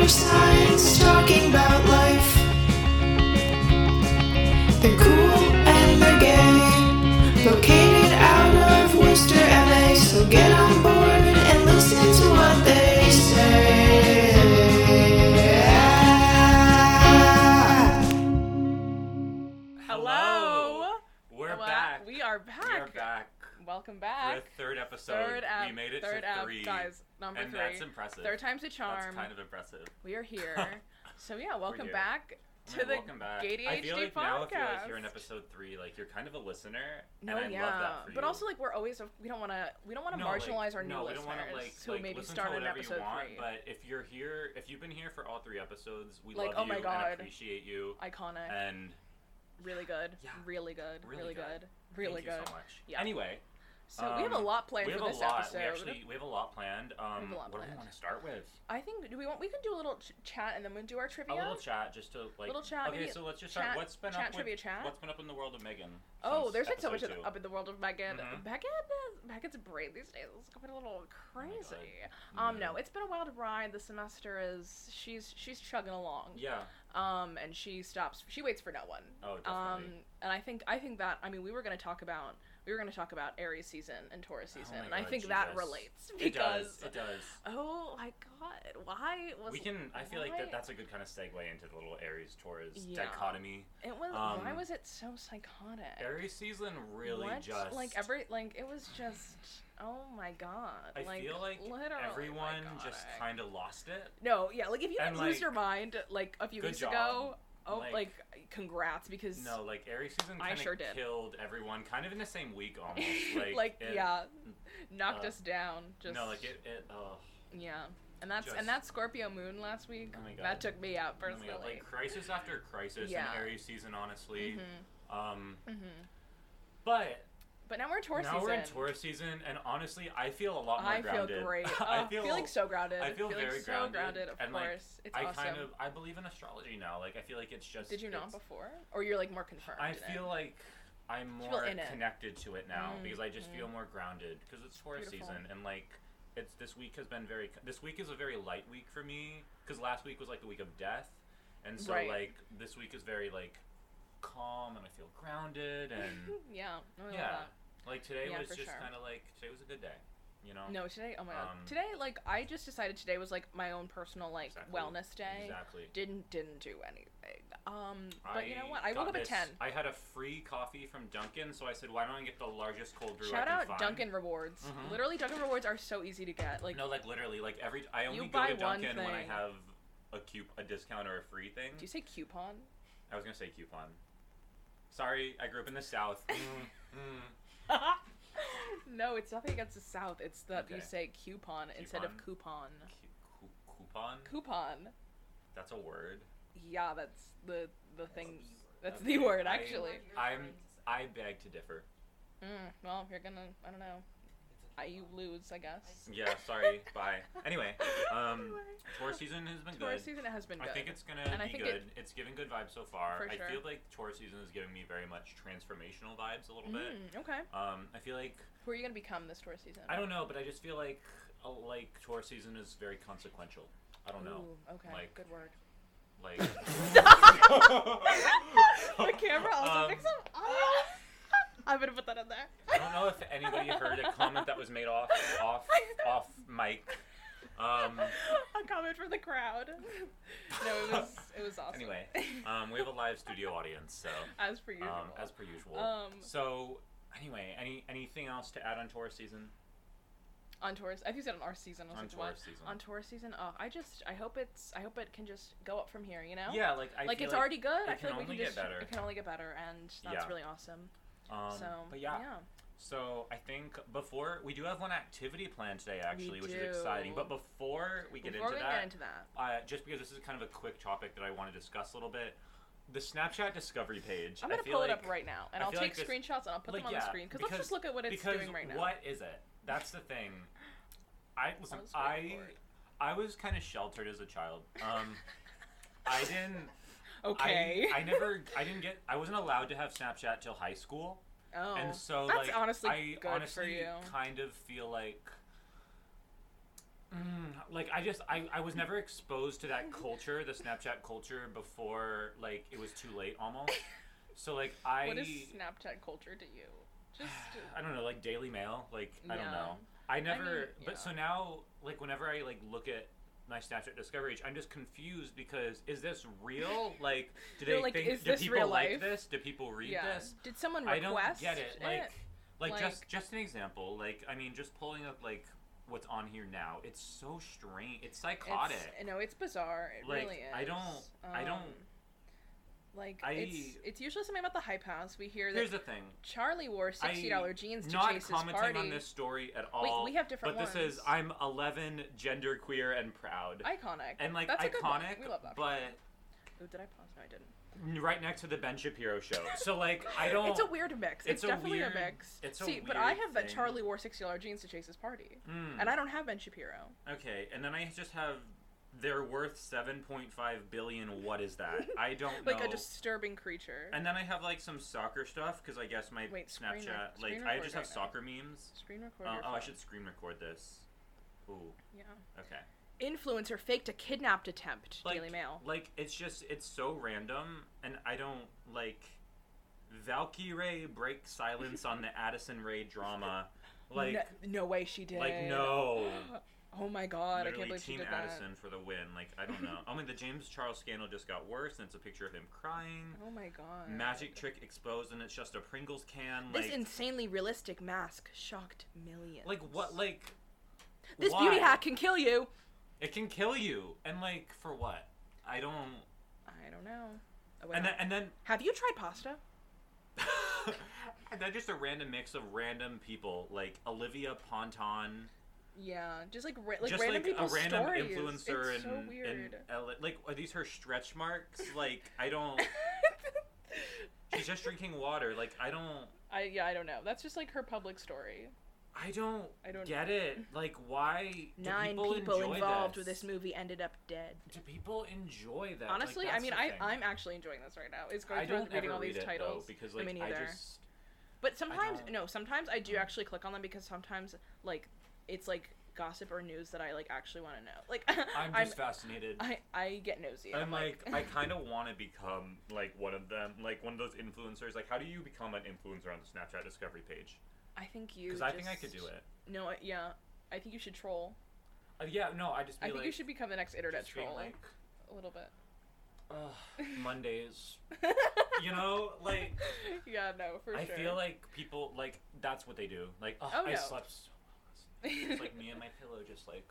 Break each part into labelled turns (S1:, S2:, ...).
S1: of science talking about life. They're cool and they're gay. Located out of Worcester, MA. So get on board and listen to what they say.
S2: Hello.
S3: We're
S2: Well,
S3: back.
S2: We are back.
S3: We are back.
S2: Welcome
S3: We're
S2: back.
S3: a third episode.
S2: Third app.
S3: we made it
S2: third
S3: to
S2: app,
S3: three.
S2: guys. Number
S3: and
S2: three.
S3: that's impressive.
S2: Third time's a charm.
S3: That's kind of impressive.
S2: we are here. so yeah, welcome
S3: here.
S2: back to
S3: Yeah,
S2: the
S3: welcome back.
S2: Gay
S3: I feel
S2: ADHD
S3: like now if you're like here in
S2: podcast.
S3: episode three, like you're kind of a listener,
S2: no,
S3: and I
S2: yeah,
S3: love that for you.
S2: but also like we're always we don't want to we don't want to
S3: No, like,
S2: marginalize our new
S3: no, we
S2: listeners
S3: don't wanna, like,
S2: who
S3: like,
S2: maybe
S3: listen
S2: start
S3: to
S2: in
S3: whatever
S2: episode
S3: you want,
S2: three.
S3: But if you're here, if you've been here for all three episodes, we
S2: Like,
S3: love
S2: oh
S3: you
S2: my God.
S3: and appreciate you.
S2: Iconic.
S3: And
S2: really good.
S3: uh, yeah,
S2: Really good.
S3: really
S2: Really
S3: good.
S2: good. Really
S3: thank you
S2: good.
S3: so much.
S2: Yeah.
S3: Anyway,
S2: So we have a
S3: Um,
S2: lot planned
S3: we have
S2: for
S3: a
S2: this
S3: lot.
S2: episode.
S3: We actually we have a lot planned. Um,
S2: a lot
S3: what do we
S2: planned.
S3: want to start with?
S2: I think do we want we can do a little ch- chat and then we'll do our trivia.
S3: A little chat, just to like.
S2: Little chat,
S3: Okay,
S2: maybe
S3: so let's just
S2: chat-
S3: start. What's been
S2: chat
S3: up
S2: trivia
S3: with,
S2: chat?
S3: What's been up in the world of Megan?
S2: Oh,
S3: since
S2: there's been so much
S3: episode two?
S2: up in the world of Megan.
S3: Mhm.
S2: Megan, Megan's brain these days is going a little
S3: Oh my
S2: crazy.
S3: God.
S2: um,
S3: Yeah.
S2: no, it's been a wild ride. The semester is she's she's chugging along.
S3: Yeah.
S2: Um, and she stops. She waits for no one.
S3: Oh, definitely.
S2: Um, and I think I think that I mean we were going to talk about we were going to talk about Aries season and Taurus
S3: Oh
S2: season,
S3: my
S2: and I
S3: God,
S2: think that
S3: Jesus.
S2: relates
S3: It
S2: because
S3: does. It does.
S2: oh my God, why was
S3: We can. I feel like
S2: why-
S3: that. That's a good kind of segue into the little Aries Taurus
S2: Yeah.
S3: dichotomy.
S2: it was why
S3: um,
S2: was it so psychotic?
S3: Aries season really
S2: what?
S3: just
S2: like every like it was just oh my god.
S3: I
S2: like,
S3: feel like
S2: literally
S3: everyone just
S2: psychotic.
S3: kind of lost it.
S2: No, yeah, like if you
S3: And,
S2: didn't lose
S3: like,
S2: your mind like a few
S3: good
S2: weeks
S3: job.
S2: ago, oh like,
S3: Like-
S2: congrats because
S3: No, like Aries season
S2: I
S3: kind of
S2: sure did.
S3: killed everyone, kind of in the same week almost. Like, it-
S2: yeah, knocked
S3: uh,
S2: us down just
S3: No, like it. it oh,
S2: yeah. And that's
S3: just-
S2: and that Scorpio moon last week
S3: Oh my
S2: that
S3: God.
S2: took me out
S3: oh my
S2: personally.
S3: God, like crisis after crisis
S2: Yeah.
S3: in Aries season, honestly.
S2: mm-hmm,
S3: Um,
S2: mm-hmm.
S3: but
S2: But now we're in Taurus
S3: now
S2: season.
S3: we're in Taurus season, and honestly, I feel a lot more
S2: I feel
S3: grounded.
S2: great.
S3: I
S2: Oh,
S3: feel
S2: feeling so grounded.
S3: I feel
S2: feeling
S3: very
S2: so
S3: grounded,
S2: grounded. Of
S3: and, like,
S2: course, it's
S3: I
S2: awesome.
S3: kind of I believe in astrology now. Like I feel like it's just.
S2: Did you not
S3: it's-
S2: before, or you're like more confirmed?
S3: I
S2: in it?
S3: feel like I'm
S2: You feel
S3: more
S2: in it.
S3: connected to it now
S2: Mm,
S3: because I just
S2: mm.
S3: feel more grounded because it's Taurus
S2: Beautiful.
S3: season and like it's this week has been very this week is a very light week for me because last week was like the week of death and so
S2: Right.
S3: like this week is very like calm and I feel grounded and
S2: yeah. I love
S3: yeah like today
S2: Yeah,
S3: was
S2: for
S3: just
S2: sure.
S3: kind of like today was a good day you know
S2: that. No, today. Oh my god.
S3: Um,
S2: today, like, I just decided today was like my own personal like
S3: Exactly.
S2: wellness day.
S3: exactly
S2: Didn't didn't do anything. Um, but you know what? I
S3: got
S2: woke up at
S3: this-
S2: ten.
S3: I had a free coffee from Dunkin', so I said, "Why don't I get the largest cold brew?" I
S2: Shout
S3: can
S2: out
S3: find?
S2: Dunkin' Rewards.
S3: Mhm.
S2: Literally, Dunkin' Rewards are so easy to get. Like,
S3: no, like literally, like every I only go
S2: buy
S3: to
S2: one
S3: Dunkin' when I
S2: thing.
S3: have a coup a discount or a free thing.
S2: do you say coupon?
S3: I was gonna say coupon. Sorry, I grew up in the South. Mm, mm.
S2: no, it's nothing against the South. It's that you
S3: Okay.
S2: say coupon, instead of coupon.
S3: Cu- cou- coupon?
S2: Coupon.
S3: That's a word.
S2: Yeah, that's the the thing. That's
S3: Okay,
S2: the word,
S3: I-
S2: actually.
S3: I'm. I beg to differ.
S2: Mm, well, you're gonna. I don't know. I, you lose, I guess.
S3: Yeah, sorry. Bye. Anyway, um,
S2: Anyway.
S3: tour season has been
S2: Taurus
S3: good.
S2: season has been good.
S3: I think it's gonna
S2: And I
S3: be
S2: think
S3: good.
S2: it-
S3: it's giving good vibes so far.
S2: For sure.
S3: I feel like Taurus season is giving me very much transformational vibes a little bit.
S2: Mm, okay.
S3: Um, I feel like
S2: Who are you gonna become this Taurus season?
S3: I don't know, but I just feel like uh, like Taurus season is very consequential. I don't know,
S2: Ooh, okay.
S3: Like-
S2: Good word.
S3: like.
S2: the camera also
S3: Um,
S2: picks up. Ah! I'm gonna put that in there.
S3: I don't know if anybody heard a comment that was made off off off mic. Um,
S2: a comment from the crowd. No, it was it was awesome.
S3: Anyway, um, we have a live studio audience, so
S2: as per usual.
S3: um, as per usual.
S2: Um,
S3: so anyway, any anything else to add on Taurus season?
S2: on Taurus, I think you said on our season. I was like,
S3: On
S2: what?
S3: Taurus season.
S2: On Taurus season. Oh, I just I hope it's I hope it can just go up from here. You know.
S3: Yeah, like I
S2: like
S3: feel
S2: it's already good.
S3: it
S2: I feel like
S3: can
S2: we can
S3: only get
S2: just
S3: better.
S2: it can only get better, and that's
S3: Yeah.
S2: really awesome.
S3: Um,
S2: so,
S3: but yeah, So I think before we do have one activity planned today, actually, which
S2: do.
S3: is exciting. But before we get
S2: Before
S3: into
S2: we
S3: that,
S2: get into that,
S3: uh, just because this is kind of a quick topic that I want to discuss a little bit, the Snapchat discovery page.
S2: I'm
S3: I
S2: gonna
S3: feel
S2: pull it
S3: like-
S2: up right now, and
S3: I
S2: I'll
S3: feel
S2: take
S3: like this-
S2: screenshots and I'll put
S3: like,
S2: them on the
S3: yeah,
S2: screen because let's
S3: because-
S2: just look at what it's
S3: because
S2: doing right now.
S3: what is it? That's the thing. I listen.
S2: I'll just wait
S3: I
S2: for it.
S3: I was kind of sheltered as a child. Um, I didn't.
S2: okay.
S3: I, I never. I didn't get. I wasn't allowed to have Snapchat till high school.
S2: oh,
S3: and so
S2: that's
S3: like
S2: honestly
S3: I
S2: good
S3: honestly
S2: for you.
S3: kind of feel like Mm, like I just I, I was never exposed to that culture, the Snapchat culture before like it was too late almost. So like I
S2: What is Snapchat culture to you? Just
S3: I don't know, like Daily Mail, like I
S2: Yeah.
S3: don't know. I never
S2: mean, yeah.
S3: but so now like whenever I like look at my Snapchat discovery, I'm just confused because is this real? Like do
S2: You're
S3: they
S2: like,
S3: think
S2: is
S3: do
S2: this
S3: people
S2: real
S3: like
S2: life?
S3: this? Do people read
S2: yeah.
S3: this?
S2: Did someone
S3: I don't
S2: request?
S3: get it. Like, like,
S2: Like-
S3: just just an example. Like I mean, just pulling up like what's on here now. It's so strange. It's psychotic.
S2: It's, no, it's bizarre. It
S3: Like,
S2: really is. Um,
S3: I don't- I don't-
S2: Like
S3: I-
S2: it's it's usually something about the hype house. We hear that
S3: Here's the thing.
S2: Charlie wore sixty dollar
S3: I-
S2: jeans to
S3: Not
S2: chase his
S3: commenting
S2: party.
S3: on this story at all.
S2: we have different
S3: But this is
S2: ones.
S3: I'm 11, genderqueer, and proud.
S2: Iconic.
S3: and like
S2: That's a good one.
S3: iconic,
S2: We love that.
S3: but
S2: Ooh, did I pause? No, I didn't.
S3: right next to the Ben Shapiro show. So like I don't.
S2: It's a weird mix. It's,
S3: it's a
S2: definitely
S3: weird-
S2: a mix.
S3: it's a
S2: See, but I
S3: weird
S2: have that
S3: thing.
S2: Charlie wore sixty dollar jeans to chase his party,
S3: Mm.
S2: and I don't have Ben Shapiro.
S3: Okay, and then I just have they're worth 7.5 billion. What is that? I don't
S2: Like
S3: know.
S2: a disturbing creature.
S3: And then I have like some soccer stuff because I guess my
S2: Wait, screen rec-
S3: Snapchat,
S2: screen
S3: like I
S2: record
S3: just have
S2: right now.
S3: soccer memes.
S2: Screen recorder.
S3: Uh, oh, I should screen record this. Ooh,
S2: Yeah.
S3: okay.
S2: Influencer faked a kidnapped attempt.
S3: Like,
S2: Daily Mail.
S3: Like it's just it's so random, and I don't like. Valkyrie break silence on the Addison Ray drama. Like,
S2: no, no way she did.
S3: like no.
S2: Oh my god, I can't
S3: Literally,
S2: believe she
S3: Team
S2: did
S3: Addison for the win. Like, I don't know. I mean, the James Charles scandal just got worse, and it's a picture of him crying.
S2: that. Oh my god.
S3: Magic trick exposed, and it's just a Pringles can.
S2: This
S3: like,
S2: insanely realistic mask shocked millions.
S3: Like what? Like
S2: this
S3: why?
S2: beauty hack can kill you.
S3: It can kill you, and like for what? I don't.
S2: I don't know. Oh, wait,
S3: And
S2: no.
S3: then, and then,
S2: Have you tried pasta?
S3: and then just a random mix of random people like Olivia Ponton,
S2: Yeah, just like ra- like
S3: just
S2: random
S3: like a
S2: people's
S3: random
S2: stories.
S3: influencer,
S2: it's
S3: and
S2: so weird.
S3: like are these her stretch marks? Like I don't. She's just drinking water. Like I don't.
S2: I yeah, I don't know. That's just like her public story.
S3: I don't.
S2: I don't
S3: get it. Like why? do
S2: Nine
S3: people,
S2: people,
S3: enjoy
S2: involved
S3: this?
S2: with this movie ended up dead.
S3: Do people enjoy that? Like,
S2: Honestly, I
S3: that's
S2: mean,
S3: the
S2: I
S3: thing.
S2: I'm actually enjoying this right now. It's going
S3: I
S2: through
S3: don't
S2: and reading
S3: ever
S2: all
S3: read
S2: these
S3: it,
S2: titles.
S3: though, because like
S2: I mean,
S3: I
S2: either.
S3: just
S2: But sometimes
S3: don't- Mm.
S2: no, sometimes I do actually click on them because sometimes like it's like gossip or news that I like actually want to know. Like
S3: I'm
S2: I'm,
S3: just fascinated. I,
S2: I I get nosy.
S3: am like, I kind of want to become like one of them, like one of those influencers. Like, how do you become an influencer on the Snapchat discovery page?
S2: I think you.
S3: Because I think I could
S2: just-
S3: do it.
S2: No, I- yeah, I think you should troll.
S3: Uh, yeah, no, I just. Be
S2: I think
S3: like,
S2: you should become the next internet
S3: just being
S2: troll
S3: Like,
S2: a little bit.
S3: Ugh, Mondays. you know, like
S2: yeah, no, for
S3: I
S2: sure.
S3: feel like people like that's what they do. Like, ugh,
S2: Oh,
S3: I
S2: no.
S3: slept so well. last night." It's like me and my pillow, just like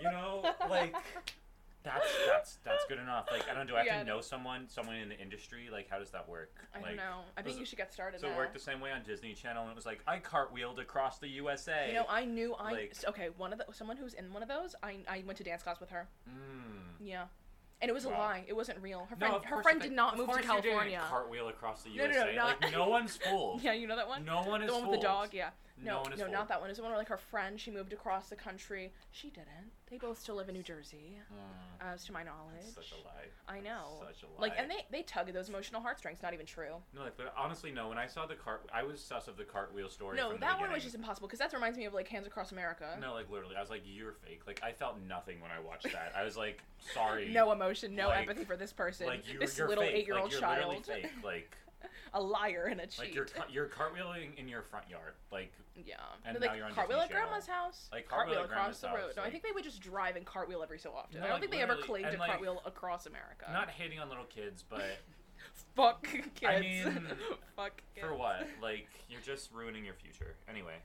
S3: you know, like that's that's that's good enough. Like, I don't. Do I have
S2: Yeah, I
S3: to know someone, someone in the industry? Like, how does that work?
S2: I
S3: like,
S2: don't know. I think
S3: was-
S2: you should get started.
S3: So
S2: now.
S3: it worked the same way on Disney Channel, and it was like I cartwheeled across the USA.
S2: You know, I knew I
S3: like-
S2: s- okay. One of the someone who's in one of those, I I went to dance class with her.
S3: mm.
S2: Yeah, and it was a
S3: Wow.
S2: lie. It wasn't real. Her
S3: No,
S2: friend
S3: of
S2: her
S3: course
S2: friend
S3: I-
S2: did not
S3: of
S2: move to
S3: course you didn't
S2: California.
S3: Cartwheel across the
S2: No, no,
S3: USA.
S2: no, not-
S3: Like no one's fooled.
S2: Yeah, you know that one.
S3: No one is
S2: the one
S3: fooled.
S2: with the dog. Yeah.
S3: No
S2: No,
S3: one
S2: no,
S3: is fooled.
S2: not that one. It's the one where like her friend she moved across the country. She didn't. They both still live in New Jersey,
S3: Mm,
S2: as to my knowledge.
S3: that's such a lie.
S2: I know.
S3: Such a lie.
S2: Like, and they they tug at those emotional heartstrings. Not even true.
S3: No, like, but honestly, no. When I saw the cart, I was sus of the cartwheel story.
S2: No,
S3: from the
S2: that one was just
S3: beginning.
S2: impossible because that reminds me of like Hands Across America.
S3: No, like literally, I was like, "You're fake." Like, I felt nothing when I watched that. I was like, "Sorry."
S2: No emotion, no
S3: Like-
S2: empathy for this person.
S3: Like you,
S2: this
S3: you're
S2: little
S3: fake.
S2: eight-year-old
S3: like, You're
S2: child,
S3: literally fake. Like,
S2: a liar and a cheat.
S3: like you're ca- you're cartwheeling in your front yard. Like,
S2: Yeah.
S3: And
S2: But,
S3: now
S2: like
S3: you're on
S2: cartwheel at
S3: Disney Channel.
S2: grandma's house.
S3: Like,
S2: cartwheel
S3: cartwheel at
S2: across
S3: grandma's
S2: the road.
S3: house,
S2: No, I
S3: like-
S2: think they would just drive and cartwheel every so often.
S3: No,
S2: I don't
S3: like,
S2: think they ever
S3: literally-
S2: claimed to
S3: and, like-
S2: cartwheel across America.
S3: not hating on little kids, but
S2: fuck kids.
S3: mean,
S2: fuck kids.
S3: for what? Like, you're just ruining your future. Anyway,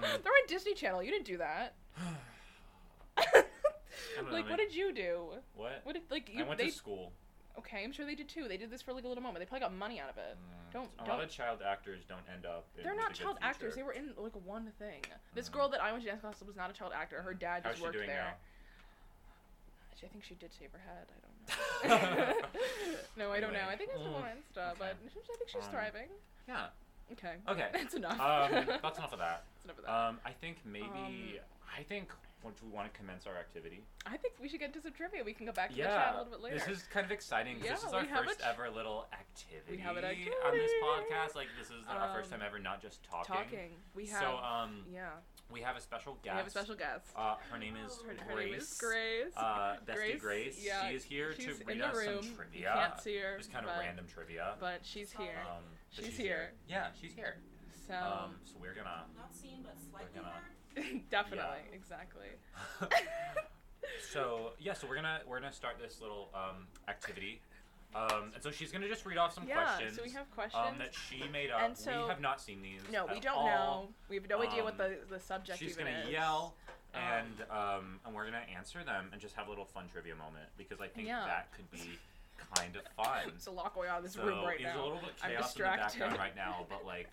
S2: They're on Disney Channel. You didn't do that.
S3: don't know,
S2: like, what
S3: man.
S2: did you do?
S3: what?
S2: What did like you?
S3: I went
S2: they,
S3: to school.
S2: Okay, I'm sure they did too. They did this for like a little moment. They probably got money out of it. Don't
S3: A
S2: don't
S3: lot of child actors don't end up. in-
S2: They're
S3: with
S2: not
S3: Mm, a good
S2: child actors. They
S3: future.
S2: were in like one thing. This
S3: Mhm.
S2: girl that I went to dance class with was not a child actor. Her dad
S3: How's
S2: just
S3: she
S2: worked
S3: doing
S2: there.
S3: now?
S2: She- I think she did shave her head. I don't know. no, I don't know. I think it's
S3: Anyway. Mm,
S2: more Insta,
S3: Okay.
S2: but I think she's
S3: Um,
S2: thriving.
S3: Yeah.
S2: Okay,
S3: Okay.
S2: that's enough.
S3: Um, that's enough of that.
S2: that's enough of that.
S3: Um, I think maybe I think Well, do we want to commence our activity?
S2: I think we should get into some trivia. We can go back to the chat a
S3: yeah,
S2: little bit later.
S3: this is kind of exciting. 'cause this
S2: Yeah,
S3: is our
S2: we have a
S3: first
S2: ch-
S3: ever little activity,
S2: have an
S3: on this
S2: activity.
S3: podcast. Like this is our first
S2: Um,
S3: time ever not just talking.
S2: talking. We have
S3: so um,
S2: yeah.
S3: we have a special guest.
S2: We have a special guest.
S3: Uh, her name is
S2: her,
S3: Grace.
S2: her name is Grace.
S3: Uh, Bestie
S2: Grace,
S3: Grace.
S2: yeah,
S3: she is here
S2: she's
S3: to
S2: in
S3: read
S2: the
S3: us
S2: room.
S3: some
S2: You
S3: trivia.
S2: can't see her,
S3: Just kind of
S2: but-
S3: random trivia.
S2: but she's here.
S3: um, but
S2: she's here.
S3: Yeah, she's here.
S2: so
S3: Um, so we're gonna.
S4: Not seen, but slightly
S3: gonna-
S4: heard.
S2: definitely, exactly.
S3: so yeah, so we're gonna we're gonna start this little um, activity. Um, and so she's gonna just read off some
S2: yeah.
S3: questions.
S2: So we have questions.
S3: um, that she made up.
S2: And so-
S3: we have not seen these.
S2: no,
S3: at
S2: we don't
S3: all.
S2: know. We have no idea what
S3: Um,
S2: the the subject
S3: She's
S2: even
S3: gonna
S2: is.
S3: yell,
S2: Um,
S3: and um, and we're gonna answer them, and just have a little fun trivia moment because I think
S2: Yeah.
S3: that could be kind of fun.
S2: There's a lot going on in this
S3: so
S2: room right
S3: it's a
S2: now.
S3: little bit
S2: I'm
S3: chaos in the background
S2: distracted.
S3: right now, but like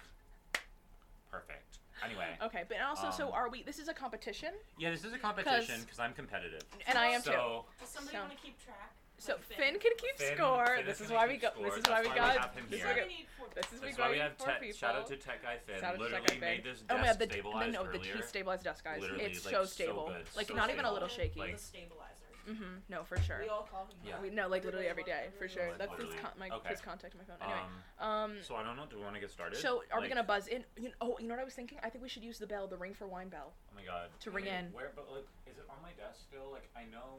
S3: perfect. Anyway,
S2: Okay, but also, so
S3: Um,
S2: are we? This is a competition,
S3: yeah, this is a competition because I'm competitive.
S2: and I am
S3: so,
S2: too.
S4: Does somebody
S2: So-
S4: want to keep track?
S2: So
S4: Like
S2: Finn can keep
S3: Finn-
S2: score.
S3: Finn
S2: this
S3: is
S2: is
S3: gonna
S2: why we
S3: keep
S2: got.
S3: score.
S2: This is
S3: That's
S2: why we
S3: why we
S2: got.
S3: have him
S2: This is
S3: here.
S2: why
S4: Why
S2: we
S4: we need four
S2: This is
S4: people.
S2: we
S3: That's why we
S2: got
S3: have
S2: four
S3: tech, shout out to
S2: people.
S3: Tech Guy Finn.
S2: Shout out to Tech
S3: Literally
S2: Guy Finn.
S3: made this desk
S2: Oh my god, the, no,
S3: stabilized
S2: no, the
S3: earlier.
S2: cheese stabilized desk, guys.
S3: Literally,
S2: it's
S3: like,
S2: so
S3: so
S2: stable.
S3: good,
S2: like,
S3: so
S2: not even a little
S3: stable.
S2: shaky.
S4: The
S3: Like-
S4: stabilizer.
S2: mm-hmm. No, for sure.
S4: We all call him.
S3: Yeah.
S2: We no, like literally every day, for sure.
S3: Like,
S2: That's his
S3: literally.
S2: con- my
S3: Okay.
S2: his contact, my phone. Anyway,
S3: Um,
S2: um,
S3: so I don't know. Do we want to get started?
S2: so are we
S3: Like,
S2: gonna buzz in? You know, oh, you know what I was thinking? I think we should use the bell, the ring for wine bell.
S3: Oh my god.
S2: to ring
S3: Wait,
S2: in.
S3: Where? But like, is it on my desk still? Like, I know.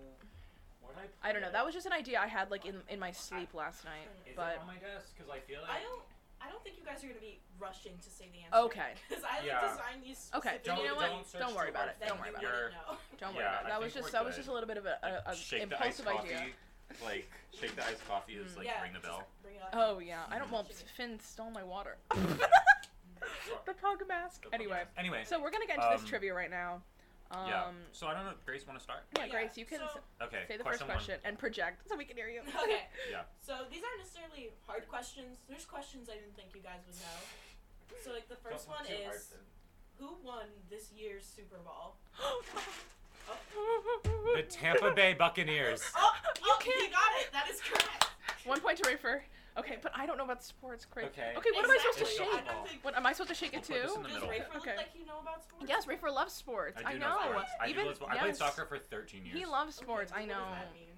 S3: Where did I? Put
S2: I don't know.
S3: it?
S2: That was just an idea I had like in in my sleep last night,
S3: Is it
S2: but
S3: on my desk? Because I feel like.
S4: I don't. I don't think you guys are gonna be rushing to say the answer.
S2: okay,
S4: Because I like
S3: Yeah.
S4: design these.
S2: okay.
S4: Specific
S2: Then you know
S3: don't
S2: what?
S3: search
S2: Don't worry
S3: too
S2: about
S3: hard.
S2: it.
S4: that
S2: Don't
S4: you
S2: worry about
S3: You're-
S2: it.
S4: wouldn't know.
S2: Don't worry
S3: Yeah,
S2: about it.
S3: I
S2: That was
S3: think
S2: just
S3: we're
S2: that was
S3: good.
S2: just a little bit of a, a, a
S3: shake
S2: impulsive
S3: the iced
S2: idea.
S3: coffee. Like, shake the iced coffee is like
S4: yeah,
S3: ring the
S4: just
S3: bell.
S4: Bring it up.
S2: Oh yeah, I don't. Well,
S4: Mhm.
S2: Finn stole my water. the pug mask. Anyway,
S3: Anyway.
S2: so we're gonna get into
S3: Um,
S2: this trivia right now. Um,
S3: yeah. So I don't know. Grace, want to start?
S2: yeah, Grace, you can
S4: so-
S2: s-
S3: Okay.
S2: say the
S3: question
S2: first question and project so we can hear you.
S4: Okay.
S3: Yeah.
S4: So these aren't necessarily hard questions. There's questions I didn't think you guys would know. So like the
S3: One.
S4: 1st one is who won this year's Super Bowl?
S3: The Tampa Bay Buccaneers.
S4: Oh, you can't. You got it. That is correct.
S2: One point to Rafer. Okay, but I don't know about sports. Great.
S3: Okay.
S2: Okay, what am I supposed to
S4: Exactly.
S2: shake?
S4: I don't think
S2: What am I supposed to shake it
S3: We'll put this
S2: too?
S3: in the
S4: Does
S3: middle.
S4: Rafer look
S2: Okay.
S4: like you know about sports?
S2: Yes, Rafer loves sports.
S3: I do
S2: know.
S3: sports. I
S2: Even
S3: do love sports. I played
S2: yes.
S3: soccer for 13 years.
S2: He loves
S4: Okay,
S2: sports.
S4: what
S2: I
S4: does
S2: know.
S4: that mean?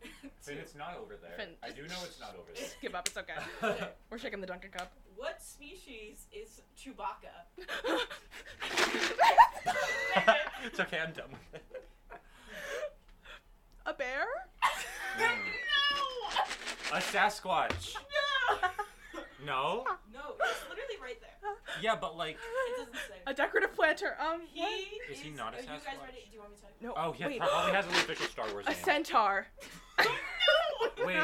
S4: Okay.
S3: Finn, it's not over there.
S2: Finn,
S3: I
S2: just-
S3: do know it's not over there.
S2: Give up. It's okay.
S4: Okay.
S2: We're shaking the Dunkin' cup.
S4: What species is Chewbacca?
S3: it's okay. I'm done with it.
S2: A bear?
S3: A Sasquatch.
S4: No!
S3: No.
S4: No, it's literally right there.
S3: Yeah, but like.
S4: It doesn't say.
S2: A decorative planter. Um.
S4: He
S2: what?
S3: Is he not a
S4: Are you guys
S3: Sasquatch?
S4: ready? Do you want me to tell you?
S2: No.
S3: Oh, he
S2: wait.
S3: probably has an official Star Wars
S2: a
S3: name.
S2: centaur. no.
S3: Wait.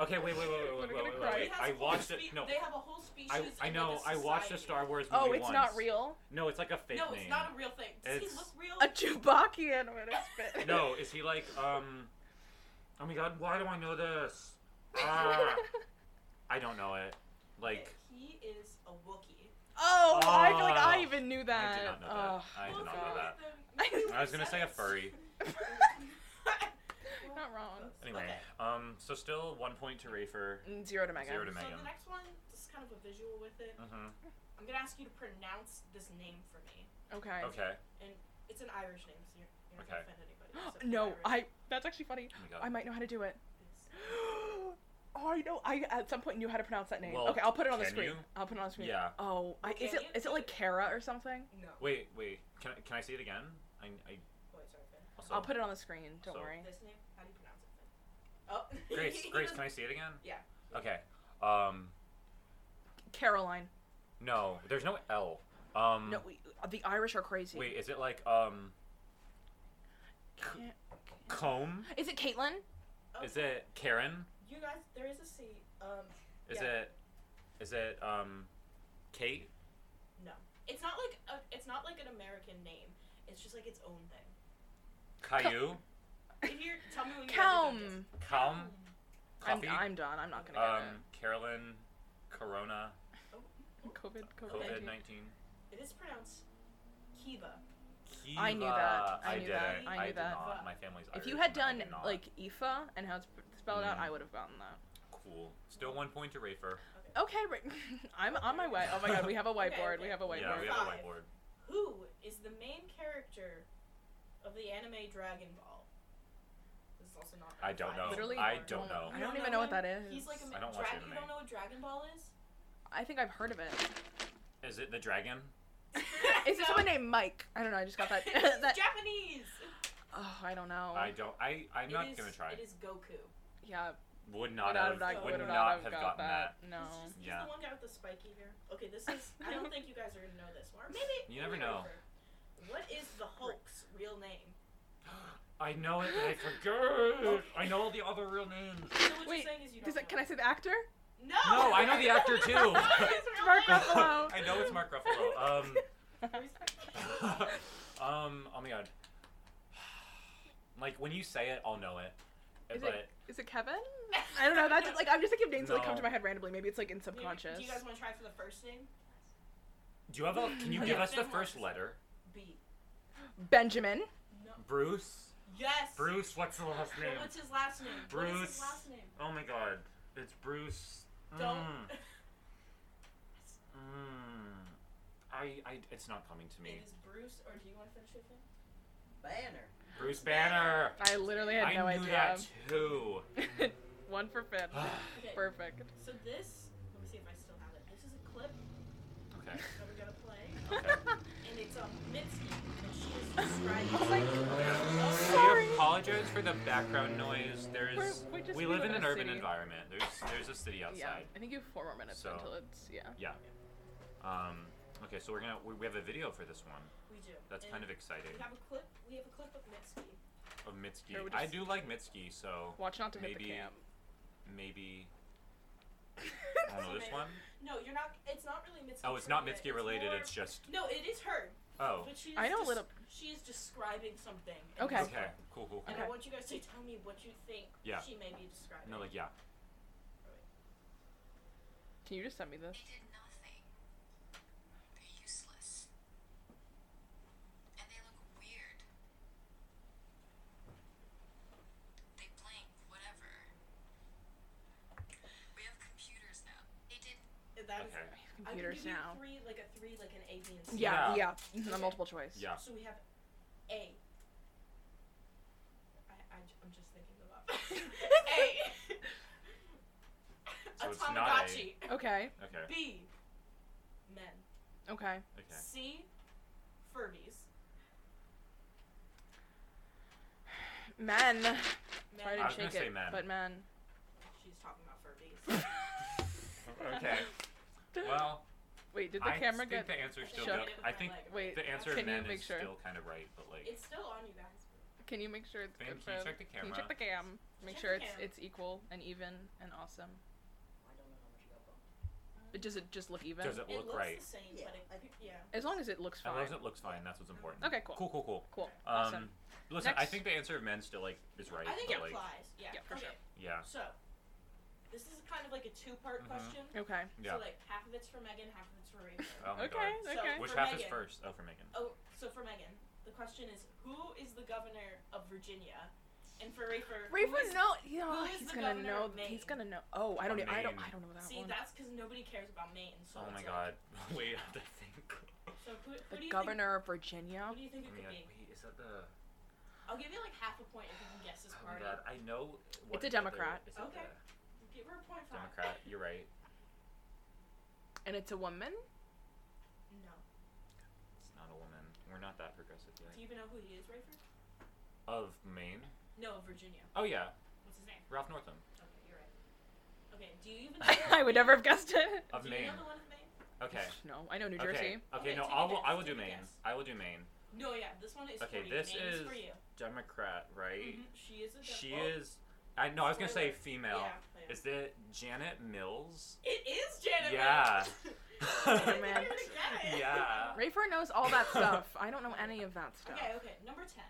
S3: Okay. Wait. Wait. Wait. Wait. Wait.
S2: We're
S3: Wait.
S2: gonna
S3: Wait.
S2: cry.
S4: He
S3: wait.
S4: has a
S3: I
S4: whole
S3: watched it.
S4: spe-
S3: No.
S4: They have a whole species.
S3: I,
S4: and,
S3: I
S4: like,
S3: know.
S4: a
S3: I watched a
S4: society.
S3: Star Wars movie
S2: Oh, it's
S3: once.
S2: not real.
S3: No, it's like a fake
S4: No,
S3: name.
S4: it's not a real thing. Does
S3: It's-
S4: he look real?
S2: A Chewbacca when I spit.
S3: No, is he like um? Oh my God! Why do I know this? Ah, I don't know it. Like
S4: He is a Wookiee.
S2: Oh, I feel like I
S3: Oh.
S2: even knew that.
S3: I did not know
S2: oh.
S3: that. I did
S4: Well,
S3: not
S4: it's
S3: know that.
S4: like the- maybe
S3: I was gonna say a
S4: seventh.
S3: furry.
S2: You're not wrong.
S3: Anyway,
S4: Okay.
S3: um, so still one point to Rafer.
S2: Mm, Zero to Megan.
S3: Zero to
S4: So
S3: Megan.
S4: the next one, this is kind of a visual with it.
S3: Mm-hmm.
S4: I'm gonna ask you to pronounce this name for me.
S2: Okay.
S3: Okay.
S4: It's an Irish name, so you're, you're not
S3: Okay.
S4: gonna offend anybody. except for
S2: no,
S4: Irish.
S2: I. That's actually funny.
S3: Oh my God.
S2: I might know how to do it.
S4: It's-
S2: Oh, I know. I at some point knew how to pronounce that name.
S3: Well,
S2: okay, I'll put it on the
S3: can
S2: screen.
S3: you?
S2: I'll put it on the screen.
S3: Yeah.
S2: Oh, I, is
S4: Can
S2: it
S4: you?
S2: is it like Kara or something?
S4: No.
S3: Wait. Wait. Can I, can I see it again? I. I
S4: Wait, sorry, Finn.
S3: also,
S2: I'll put it on the screen. Don't
S3: so-
S2: worry.
S4: This name? How do you pronounce it, Finn? Oh.
S3: Grace. Grace. Can I see it again?
S4: Yeah.
S3: Okay. Um.
S2: Caroline.
S3: No. There's no L. Um.
S2: No, we, the Irish are crazy.
S3: Wait. Is it like um?
S2: Can't-
S3: Comb?
S2: Is it Caitlin?
S4: Oh,
S3: Is it Karen?
S4: You guys, there is a C. Um,
S3: Is
S4: Yeah.
S3: it is it um Kate?
S4: no. It's not like a, it's not like an American name. It's just like its own thing.
S3: Caillou?
S4: If you tell me when you guys are done
S2: Calm.
S3: Com?
S2: I'm,
S3: Coffee?
S2: I'm done. I'm not gonna get
S3: um Carolyn Corona
S2: it. COVID. COVID.
S3: COVID
S2: 19
S3: nineteen.
S4: guessing. It is pronounced Kiva.
S2: I knew that.
S3: Kiva.
S2: I knew that.
S3: didn't.
S4: I
S3: uh, I
S2: knew
S3: did
S2: that.
S3: Not. My family's Irish.
S2: If you had
S3: and I
S2: done
S3: did not.
S2: like IFA and how it's p- spelled out,
S3: Mm.
S2: I would have gotten that.
S3: cool, still one point to Rafer.
S2: Okay, right. I'm on my way. Oh my god, we have a
S4: Okay,
S2: whiteboard.
S4: okay.
S2: We have a
S4: Yeah,
S2: whiteboard.
S3: Yeah, we have a
S4: Five.
S3: whiteboard.
S4: Who is the main character of the anime Dragon Ball. This is also not.
S3: I don't know.
S2: Literally,
S3: I
S2: don't
S3: don't know.
S2: I don't even know what that is.
S4: He's like a
S3: I don't watch
S4: dragon.
S3: anime.
S4: You don't know what Dragon Ball is?
S2: I think I've heard of it.
S3: Is it the dragon?
S2: Is there
S4: No.
S2: someone named Mike? I don't know. I just got that.
S4: It's
S2: that
S4: Japanese.
S2: oh, I don't know.
S3: I don't. I. I'm
S4: It
S3: not
S4: is-
S3: gonna try.
S4: It is Goku.
S2: yeah,
S3: Would not
S2: would
S3: have.
S2: not
S4: have-
S3: Would
S4: would
S3: not have
S2: got
S3: gotten that.
S2: No.
S4: He's, just, he's
S3: Yeah.
S4: the one guy with the spiky hair. Okay, this is. I don't think you guys are gonna know this one. Or Maybe.
S3: You never
S4: maybe
S3: know.
S4: Rafer. What is the Hulk's real name?
S3: I know it. I forgot. I know all the other real names.
S4: So what
S2: Wait,
S4: you're saying is you don't
S2: Does it,
S4: know.
S2: can I say the actor?
S4: No.
S3: No, I know the actor too.
S2: Mark Ruffalo.
S3: I know it's Mark Ruffalo. Um.
S4: Ruffalo.
S3: um. Oh my god. Like when you say it, I'll know it.
S2: Is
S3: but
S2: it is it Kevin? I don't know. That's like I'm just thinking of names that like, come
S3: No.
S2: to my head randomly. Maybe it's like in subconscious.
S4: Do you guys want to try for the first name?
S3: do you have a? Can you
S4: Yeah,
S3: give us the
S4: Denmark.
S3: first letter?
S4: B.
S2: Benjamin.
S4: No.
S3: Bruce.
S4: Yes.
S3: Bruce. What's the last
S4: Well, What's his last name? What is
S3: Bruce.
S4: his last name?
S3: Oh my god. It's Bruce.
S4: Don't.
S3: Mm. Mm. I, I. It's not coming to me.
S4: It is Bruce, or do you want to finish it? Finn?
S5: Banner.
S3: Bruce Banner.
S2: I literally had
S3: I
S2: no
S3: knew
S2: idea.
S3: that too.
S2: One for Finn.
S4: Okay.
S2: Perfect.
S4: So this, let me see if I still have it. This is a clip
S3: okay.
S4: that we're gonna play,
S3: Okay.
S4: and it's um Mitski, and she is describing.
S2: Oh my Sorry.
S3: We apologize for the background noise. There's
S2: We're- we just-
S3: we
S2: we
S3: live
S2: live
S3: in
S2: in
S3: an
S2: a
S3: urban
S2: city.
S3: environment. There's there's a city
S2: Yeah.
S3: outside.
S2: I think you have four more minutes
S3: So-
S2: until it's yeah.
S3: Um. Okay, so we're gonna we, we have a video for this one.
S4: we do.
S3: That's
S4: And
S3: kind of exciting.
S4: We have a clip. We have a clip of Mitski.
S3: Of Mitski,
S2: Here, we'll
S3: I
S2: just-
S3: do like Mitski, so
S2: Watch not to hit
S3: Maybe-
S2: the cam.
S3: maybe I don't know this one.
S4: No, you're not. It's not really Mitski.
S3: Oh, it's not
S4: related.
S3: Mitski related.
S4: more-
S3: It's just
S4: No, it is her.
S3: oh.
S4: But she. Is
S2: I know a
S4: des-
S2: little-
S4: She is describing something. in
S2: Okay.
S4: this
S3: Okay.
S4: clip.
S3: Cool. Cool. Cool.
S4: And
S2: Okay.
S4: I want you guys to tell me what you think
S3: Yeah.
S4: she may be describing.
S3: No, like yeah.
S2: Can you just send me this?
S6: They did nothing. They're useless. And they look weird. They blank, whatever. We have computers now. They did
S4: That is-
S3: Okay.
S4: I can
S2: Computers
S4: give you
S2: now.
S4: Three, like a three, like an A, B, and C.
S2: Yeah,
S3: Yeah.
S2: yeah. Mhm, a multiple choice.
S3: Yeah.
S4: So we have A. I, I, am just thinking them up. a.
S3: So
S4: a
S3: it's not
S4: Tamagotchi.
S2: Okay.
S3: Okay.
S4: B. Men.
S2: Okay.
S3: Okay.
S4: C. Furbies.
S2: Men.
S4: Men.
S2: Try
S3: I
S2: to
S3: was gonna
S2: shake
S3: say
S2: it,
S3: men.
S2: but men.
S4: She's talking about Furbies.
S3: okay. Well,
S2: Wait, did the
S3: I
S2: camera
S3: think
S2: get?
S3: the answer is still.
S2: Shut-
S3: no- I think
S2: Wait,
S3: the answer
S2: Can you
S3: men
S2: make
S3: is
S2: sure?
S3: still kind of right, but like.
S4: It's still on you guys.
S2: Can you make sure it's
S3: Finn,
S2: good?
S3: can you
S2: for-
S3: check the
S2: Can you check
S3: camera?
S2: the cam? Make
S4: Check
S2: sure
S4: the
S2: it's
S4: cam.
S2: it's equal and even and awesome.
S5: I don't know how much you got bumped.
S2: But does it just look even?
S3: Does it
S4: it
S3: look
S4: looks
S3: right?
S4: the same,
S5: Yeah,
S4: but it,
S5: I-
S4: yeah.
S2: As long as it looks
S3: As
S2: fine.
S3: long as it looks fine, that's what's important.
S2: Okay, cool.
S3: Cool. Cool. Cool.
S2: Cool.
S3: Um,
S2: awesome.
S3: Listen, I
S2: Next.
S3: think the answer of men still like is right.
S4: I think
S3: but,
S4: it
S3: like,
S4: applies. Yeah.
S2: Yeah, for
S4: okay.
S2: sure.
S3: Yeah. Ah.
S4: So, this is kind of like a
S3: Mhm.
S4: two-part question.
S2: Okay.
S3: Yeah.
S4: So like half of it's for Megan, half of it's for Rachel.
S3: Oh my
S2: okay.
S3: god.
S4: So-
S2: Okay.
S3: Which
S4: For
S3: half is
S4: Megan.
S3: first? Oh, for Megan.
S4: Oh, so for Megan, the question is who is the governor of Virginia? And for Rafer, who
S2: Rafer,
S4: is-
S2: no, you know,
S4: who is
S2: he's
S4: the
S2: gonna
S4: governor
S2: know.
S4: of Maine?
S2: He's gonna know. Oh, I
S3: Or
S2: don't. e- I don't.
S3: Maine.
S2: I don't know that one.
S4: See, that's because nobody cares about Maine. So
S3: oh
S4: it's
S3: my god.
S4: like-
S3: we have to think.
S4: So who, who
S2: the
S4: do you
S2: governor of Virginia.
S4: Think, who do you
S3: I
S4: think it
S3: mean,
S4: could
S3: like, wait,
S4: be?
S3: is that the?
S4: I'll give you like half a point if you can guess this
S3: Oh my
S4: party.
S3: god. I know.
S2: It's
S3: what
S2: a
S3: the other-
S2: Democrat.
S3: is it
S4: Okay.
S3: the
S4: Give her a point five.
S3: Democrat. You're right.
S2: And it's a woman.
S4: No.
S3: It's not a woman. We're not that progressive yet.
S4: Do you even know who he is, Rafer?
S3: Of Maine.
S4: No, Virginia.
S3: Oh yeah,
S4: What's his name?
S3: Ralph Northam.
S4: Okay, you're right. Okay, do you even know?
S2: I would never have guessed it.
S3: Of
S4: do you
S3: Maine.
S4: know the one of Maine?
S3: Okay.
S2: No, I know New Jersey.
S3: Okay. Okay.
S4: Okay,
S3: No,
S4: take a
S3: I will. I
S4: guess,
S3: will do
S4: take a
S3: Maine.
S4: guess.
S3: I will do Maine.
S4: No, yeah, this one is
S3: Okay,
S4: for you.
S3: this
S4: Maine
S3: is
S4: for you.
S3: Democrat, right?
S4: Mhm, She is a
S3: She
S4: Democrat.
S3: is. I no. I was gonna say
S4: Spoiler.
S3: female.
S4: Yeah, yeah.
S3: Is it Janet Mills?
S4: It is Janet.
S3: Yeah.
S4: Mills.
S2: Oh, man.
S3: yeah.
S2: Rafer knows all that stuff. I don't know any of that stuff.
S4: Okay, okay. Number ten.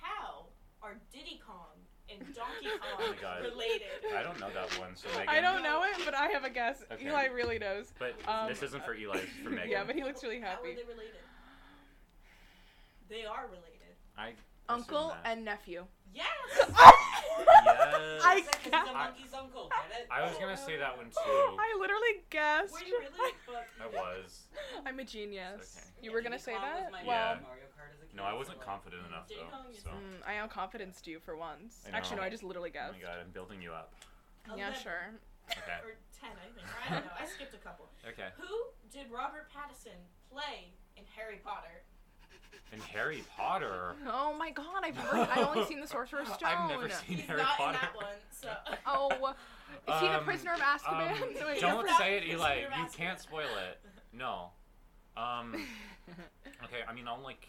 S4: How are Diddy Kong and Donkey Kong
S2: Oh
S3: my God.
S4: related?
S3: I don't know that one. So Megan.
S2: I don't know it, but I have a guess.
S3: Okay.
S2: Eli really knows.
S3: But
S2: Um,
S3: this isn't for Eli. It's for Megan.
S2: Yeah, but he looks really
S4: How are
S2: happy.
S4: they related? They are related.
S3: I assume
S2: Uncle
S3: that.
S2: and nephew.
S4: Yes.
S2: Oh,
S3: Yes.
S2: I
S5: Second is
S2: guess-
S5: the monkey's uncle. Get it?
S3: I was gonna say that one too.
S2: I literally guessed.
S4: Were you really? But
S3: I was.
S2: I'm a genius.
S3: okay.
S2: You were gonna say
S5: Diddy Kong was
S2: that?
S5: my
S2: Well,
S3: Yeah.
S5: favorite Mario Kart as a kid,
S3: No, I wasn't
S5: so, like,
S3: confident enough
S4: Ding dong
S3: though.
S4: is
S3: So.
S2: mm,
S4: fine.
S2: I outconfidenced you for once.
S3: Oh. I know.
S2: Actually, no, I just literally
S3: Oh
S2: guessed.
S3: my god, I'm building you up.
S2: yeah,
S4: Eleven.
S2: sure.
S3: Okay.
S4: Or ten, I think. I don't know. I skipped a couple.
S3: Okay.
S4: Who did Robert Pattinson play in Harry Potter?
S3: And Harry Potter.
S2: Oh my god, I've heard. I've only seen the Sorcerer's Stone.
S3: I've never seen
S4: He's
S3: Harry
S4: not
S3: Potter.
S4: in that one, so.
S2: Oh, is he the
S3: Um,
S2: prisoner of Azkaban?
S3: um,
S2: Wait,
S3: don't
S4: that's
S3: say it,
S4: not-
S3: Eli.
S4: you're
S3: You
S4: asking.
S3: can't spoil it. No. Um. Okay. I mean, I'm like,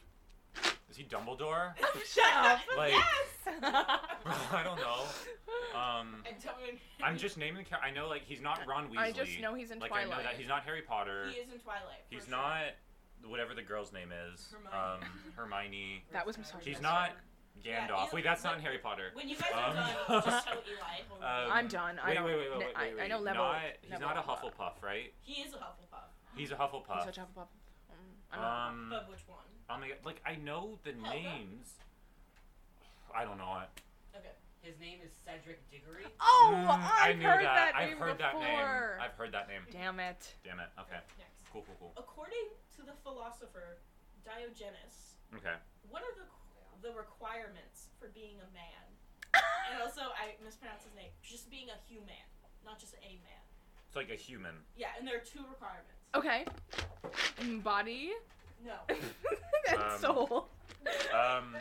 S3: is he Dumbledore?
S4: Shut up!
S3: Like-
S4: yes!
S3: I don't know. Um.
S4: And tell me when-
S3: I'm just naming. Char- I know, like, he's not Ron Weasley.
S2: I just know he's in
S3: like,
S2: Twilight.
S3: I know that he's not Harry Potter.
S4: He is in Twilight. for
S3: he's
S4: sure.
S3: not whatever the girl's name is.
S4: Hermione.
S3: Um, Hermione.
S2: That was
S5: He's
S3: He's
S2: misogynistic.
S3: not Gandalf.
S4: Yeah, he's-
S3: Wait, that's not
S4: but-
S3: in Harry Potter.
S4: When you guys are
S3: Um,
S4: done, just tell Eli. Hold on.
S3: Um,
S2: I'm done. I
S3: wait,
S2: don't.
S3: wait, wait, wait,
S2: kn-
S3: wait,
S2: I,
S3: wait,
S2: I know
S3: wait.
S2: level.
S3: Not, he's
S2: level
S3: not a
S2: I'm
S3: Hufflepuff, right?
S4: he is a Hufflepuff.
S3: He's a Hufflepuff.
S2: Mm-hmm. He's such a Uh-huh. Hufflepuff. Um, I don't know.
S3: uh, um,
S4: But which one?
S3: oh my god, like I know the
S4: Helga?
S3: names. I don't know it.
S5: His name is Cedric Diggory.
S2: Oh,
S3: Mm,
S2: I've
S3: I knew
S2: heard
S3: that.
S2: that,
S3: I've
S2: name
S3: heard
S2: before.
S3: that name. I've heard that name.
S2: Damn it.
S3: Damn it. Okay.
S4: Next.
S3: Cool, cool, cool.
S4: According to the philosopher Diogenes,
S3: Okay.
S4: what are the the requirements for being a man? and also, I mispronounced his name. Just being a human, not just a man.
S3: It's like a human.
S4: Yeah, and there are two requirements.
S2: Okay. Mm, Body
S4: No.
S2: and
S3: Um,
S2: soul,
S3: Um,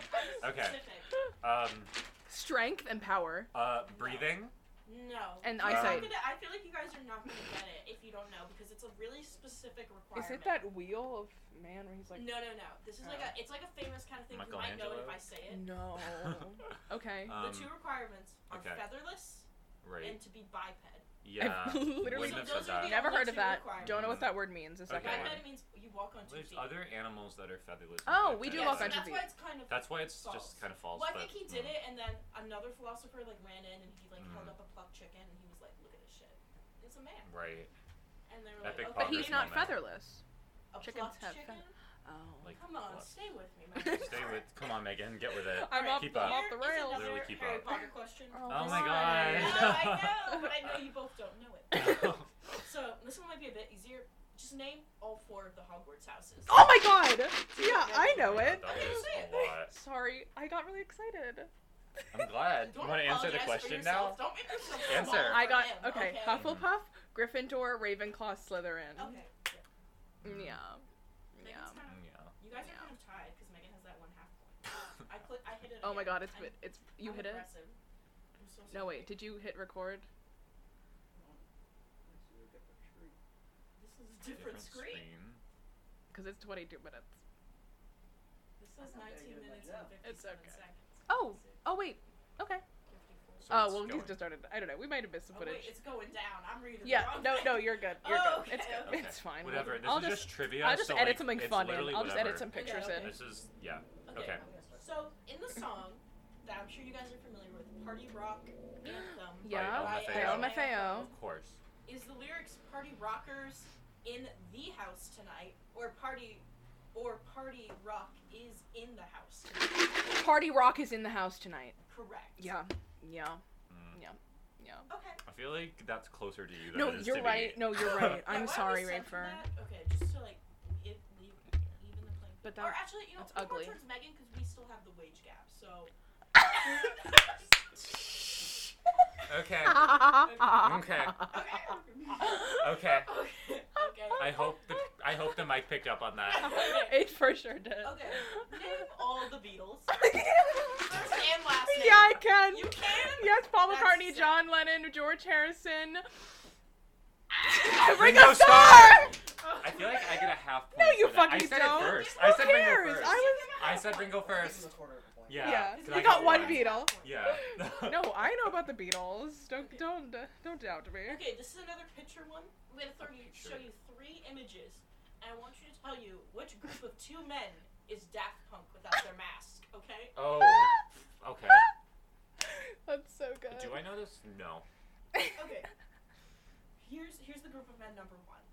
S3: okay.
S4: Specific.
S3: um,
S2: strength and power.
S3: uh, breathing.
S4: No.
S2: And
S4: You're
S3: eyesight.
S4: not Gonna, I feel like you guys are not gonna get it if you don't know because it's a really specific
S2: Is
S4: requirement.
S2: it that wheel of man where he's like, Oh.
S4: no, no, no. This is like a. It's like a famous kind of thing. You might know it if I say it.
S2: no? Okay.
S3: um,
S4: the two requirements are
S3: okay.
S4: featherless
S3: right.
S4: and to be biped.
S3: Yeah.
S2: I've literally
S3: Wouldn't have
S4: So
S3: said
S4: those are
S3: that.
S4: the
S2: Never
S4: only
S2: heard of
S4: two
S2: that.
S4: requirements.
S2: Don't know what that word means. Is that
S3: Okay.
S2: correct?
S4: Biped means you walk on two
S3: There's
S4: feet.
S3: other animals that are featherless. and
S2: Oh,
S3: like
S2: we do
S3: that,
S4: yeah,
S2: walk
S3: but
S4: so
S2: on two
S4: that's
S2: feet.
S4: why it's kind of.
S3: That's why it's
S4: False.
S3: just kind of false.
S4: well, I
S3: but,
S4: think he did it, and then another philosopher like ran in and he like held
S3: Mm.
S4: up a plucked chicken and he was like, "Look at this shit. It's a man."
S3: Right.
S4: And they were
S3: That big
S4: like,
S2: But
S4: "Okay,
S3: Congress
S2: he's not
S3: moment.
S2: featherless.
S4: a
S2: Chickens
S4: plucked
S2: have
S4: chicken."
S2: Oh.
S3: Like.
S4: Come on,
S3: what?
S4: stay with me, man.
S3: Stay with. Come on, Megan. Get with it.
S2: I'm
S4: Alright,
S2: off,
S3: Keep
S2: the-
S3: up.
S2: I'm off the
S4: here is
S2: rails.
S4: another
S3: Literally keep
S4: Harry
S3: up.
S4: Potter question.
S3: Oh my
S2: this
S3: god.
S4: I
S2: one.
S4: know, I know, but I know you both don't know it. So this one might be a bit easier. Just name all four of the Hogwarts houses.
S2: Oh my god! Yeah, I know
S3: Yeah,
S2: it.
S3: That
S4: Okay,
S3: was
S4: say it.
S3: a lot.
S2: Sorry, I got really excited.
S3: I'm glad. You
S4: Don't
S3: want to answer the
S4: apologize for
S3: question now?
S4: yourself. Don't make yourself
S3: Answer.
S4: small for
S2: I got
S4: him,
S2: okay.
S4: Okay.
S2: Hufflepuff, Gryffindor, Ravenclaw, Slytherin.
S4: Okay.
S2: Yeah.
S4: Megan's
S2: Yeah.
S4: kind of-
S3: Mm, Yeah.
S4: You guys
S2: Yeah.
S4: are kind of tied because Megan has that one half point. I click. I hit it.
S2: Oh my
S4: again.
S2: god, it's
S4: I'm-
S2: it's you
S4: I'm
S2: hit it.
S4: aggressive. I'm so
S2: No
S4: sorry.
S2: wait, did you hit record?
S4: This is a different, screen.
S2: Cuz it's 22 minutes.
S4: This says
S5: I'm not very
S4: 19
S5: good at my
S4: minutes
S5: job.
S4: and 57
S2: It's okay.
S4: seconds.
S2: Oh, oh wait. Okay.
S4: 54.
S3: So
S2: Oh,
S3: it's
S2: well,
S3: going.
S2: he's just started. I don't know. We might have missed some
S4: Oh wait,
S2: footage.
S4: it's going down. I'm reading. the
S2: Yeah,
S4: wrong
S2: no,
S4: thing.
S2: no, you're good. You're
S4: Oh,
S2: good. It's
S4: okay,
S2: good.
S3: Okay.
S2: It's fine.
S3: Whatever. This
S2: I'll
S3: is
S2: just,
S3: just, trivia.
S2: I'll just
S3: so,
S2: edit
S3: like,
S2: something
S3: it's
S2: fun in. I'll
S3: literally
S2: just
S3: whatever.
S2: edit some pictures
S4: okay.
S2: in.
S3: This is yeah. Okay.
S4: Okay. So in the song that I'm sure you guys are familiar with, Party Rock Anthem.
S2: Yeah.
S3: By
S2: Hail
S3: Elma
S4: Elma
S2: Maffeo.
S3: Of course.
S4: Is the lyrics "Party Rockers in the house tonight" or "Party" or "Party Rock is in the house"? tonight?
S2: Party Rock is in the house tonight.
S4: Correct.
S2: Yeah. Yeah.
S3: Mm.
S2: Yeah.
S4: Okay.
S3: I feel like that's closer to you. Than
S2: No,
S3: it is
S2: you're
S3: to
S2: right.
S3: Me.
S2: No, you're right.
S4: Yeah,
S2: I'm
S4: why
S2: sorry,
S4: we sent
S2: Rafer.
S4: that- Okay, just to like it, leave, even the playing.
S2: But
S4: or
S2: that-
S4: actually, you know,
S2: that's
S4: we're more
S2: ugly.
S4: towards Megan because we still have the wage gap. So.
S3: Okay. Okay. Okay.
S4: okay. Okay.
S3: I hope the I hope the mic picked up on that.
S2: it for sure did.
S4: Okay. Name all the Beatles.
S2: yeah,
S4: First and last name.
S2: I can.
S4: You can?
S2: Yes, Paul
S4: That's
S2: McCartney,
S4: sick.
S2: John Lennon, George Harrison.
S3: Ringo
S2: Ringo Starr.
S3: Starr! I feel like I get a half point.
S2: No, you
S3: for that.
S2: fucking
S3: I said
S2: don't.
S3: It first.
S2: Who
S3: I said
S2: cares?
S3: Ringo first.
S2: I was.
S3: I said Ringo first. Yeah.
S2: Yeah,
S3: Did
S2: we
S3: I
S2: got
S3: get
S2: one
S3: one?
S2: Beatle.
S3: Yeah.
S2: No, I know about the Beatles. Don't don't uh, don't doubt me.
S4: Okay, this is another picture one. I'm gonna throw you,
S3: picture.
S4: show you three images, and I want you to tell you which group of two men is Daft Punk without their mask. Okay.
S3: Oh. Okay.
S2: That's so good.
S3: Do I know this? No.
S4: Okay. Here's here's the group of men number one.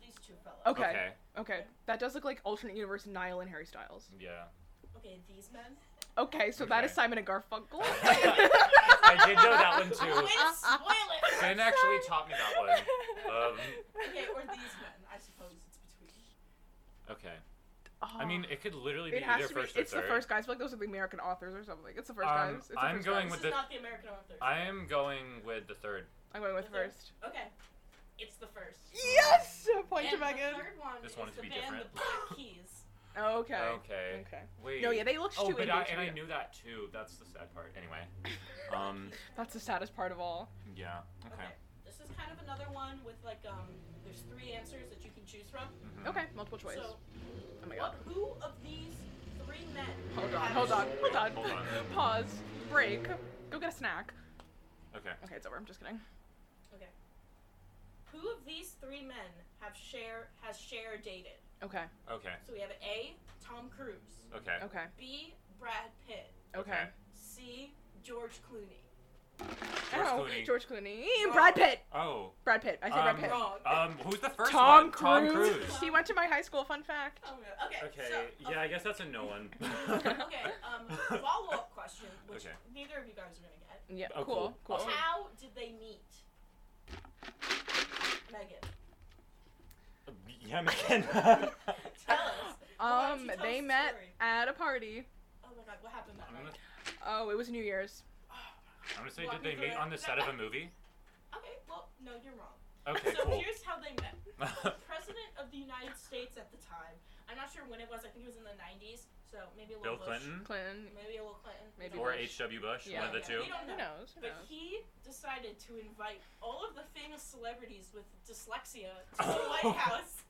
S4: These two fellows.
S2: Okay. Okay, that does look like alternate universe Niall and Harry Styles.
S3: Yeah.
S4: Okay, these men.
S2: Okay, so that is
S3: Okay.
S2: Simon and Garfunkel.
S3: I did know that one
S4: Way
S3: too.
S4: to spoil it.
S3: Ben actually taught me that one. Um,
S4: Okay, or these men. I suppose it's between.
S3: Okay.
S2: Oh,
S3: I mean, it could literally be
S2: it has
S3: either
S2: to be.
S3: first or
S2: It's the
S3: third.
S2: first guys. Like those are the American authors or something. It's the first
S3: Um,
S2: guys. It's the
S3: I'm
S2: first
S3: going
S2: guys.
S4: This
S3: with
S4: is
S3: the-
S4: not the American author.
S3: I am going with the third.
S2: I'm going with
S4: The third.
S2: first.
S4: Okay, it's the first.
S2: Yes. Point to
S4: and
S2: Megan.
S4: The third one
S3: This
S4: is
S3: one is
S4: the
S3: to be
S4: band
S3: different.
S4: The Black Keys.
S2: Okay.
S3: Okay.
S2: Okay.
S3: Wait.
S2: No, yeah, they look
S3: Oh,
S2: too
S3: but I, and I
S2: individual.
S3: knew that too. That's the sad part. Anyway.
S4: Black
S3: Mm.
S7: Um,
S4: Keys.
S2: That's the saddest part of all.
S7: Yeah. Okay.
S4: Okay. This is kind of another one with like um, there's three answers that you can choose from.
S3: Mm-hmm.
S7: Mhm.
S2: Okay, multiple choice.
S4: So,
S2: oh my god.
S4: what? Who of these three men?
S2: Hold on,
S4: has-
S2: hold on, hold on.
S7: Hold on.
S2: Pause. Break. Go get a snack.
S7: Okay.
S2: Okay, it's over. I'm just kidding.
S4: Okay. Who of these three men have share has share dated?
S2: Okay.
S3: Okay.
S4: So we have A. Tom Cruise.
S3: Okay.
S2: Okay.
S4: B. Brad Pitt.
S2: Okay.
S4: C. George Clooney.
S3: George
S2: Ow,
S3: Clooney.
S2: George Clooney.
S4: Wrong.
S2: Brad Pitt.
S3: Oh.
S2: Brad Pitt. I said
S3: Um,
S2: Brad Pitt.
S4: Wrong.
S3: Um. Who's the first
S2: Tom
S3: one?
S2: Cruise.
S3: Tom Cruise.
S2: He went to my high school. Fun fact.
S4: Oh, no. Okay.
S3: Okay.
S4: So,
S3: yeah, I guess that's a no one.
S4: okay. Um, follow up question, which
S3: Okay.
S4: neither of you guys are gonna get.
S2: Yeah.
S3: Oh,
S2: cool.
S3: cool.
S2: Cool.
S3: Awesome.
S4: How did they meet? Megan,
S7: Yeah, McKenna.
S4: tell us. Why don't
S2: Um,
S4: you tell us
S2: they
S4: the
S2: met
S4: story?
S2: at a party.
S4: Oh my god, what happened that
S3: I'm
S4: night?
S3: gonna,
S2: Oh, it was New Year's.
S3: I'm gonna say,
S4: Walk
S3: did they
S4: me through
S3: meet
S4: it.
S3: on the set of a movie?
S4: Okay, well, no, you're wrong.
S3: Okay.
S4: so
S3: Cool.
S4: here's how they met. The president of the United States at the time, I'm not sure when it was. I think it was in the 90s, so maybe a
S7: Bill
S4: little Bush.
S7: Clinton
S2: Clinton.
S4: Maybe a little Clinton. we
S2: Maybe
S4: don't
S3: or
S4: know.
S2: Bush.
S3: H.W. Bush,
S2: Yeah.
S3: one of the two.
S4: We don't
S2: Who
S4: know.
S2: knows? Who
S4: But
S2: knows?
S4: he decided to invite all of the famous celebrities with dyslexia to the White House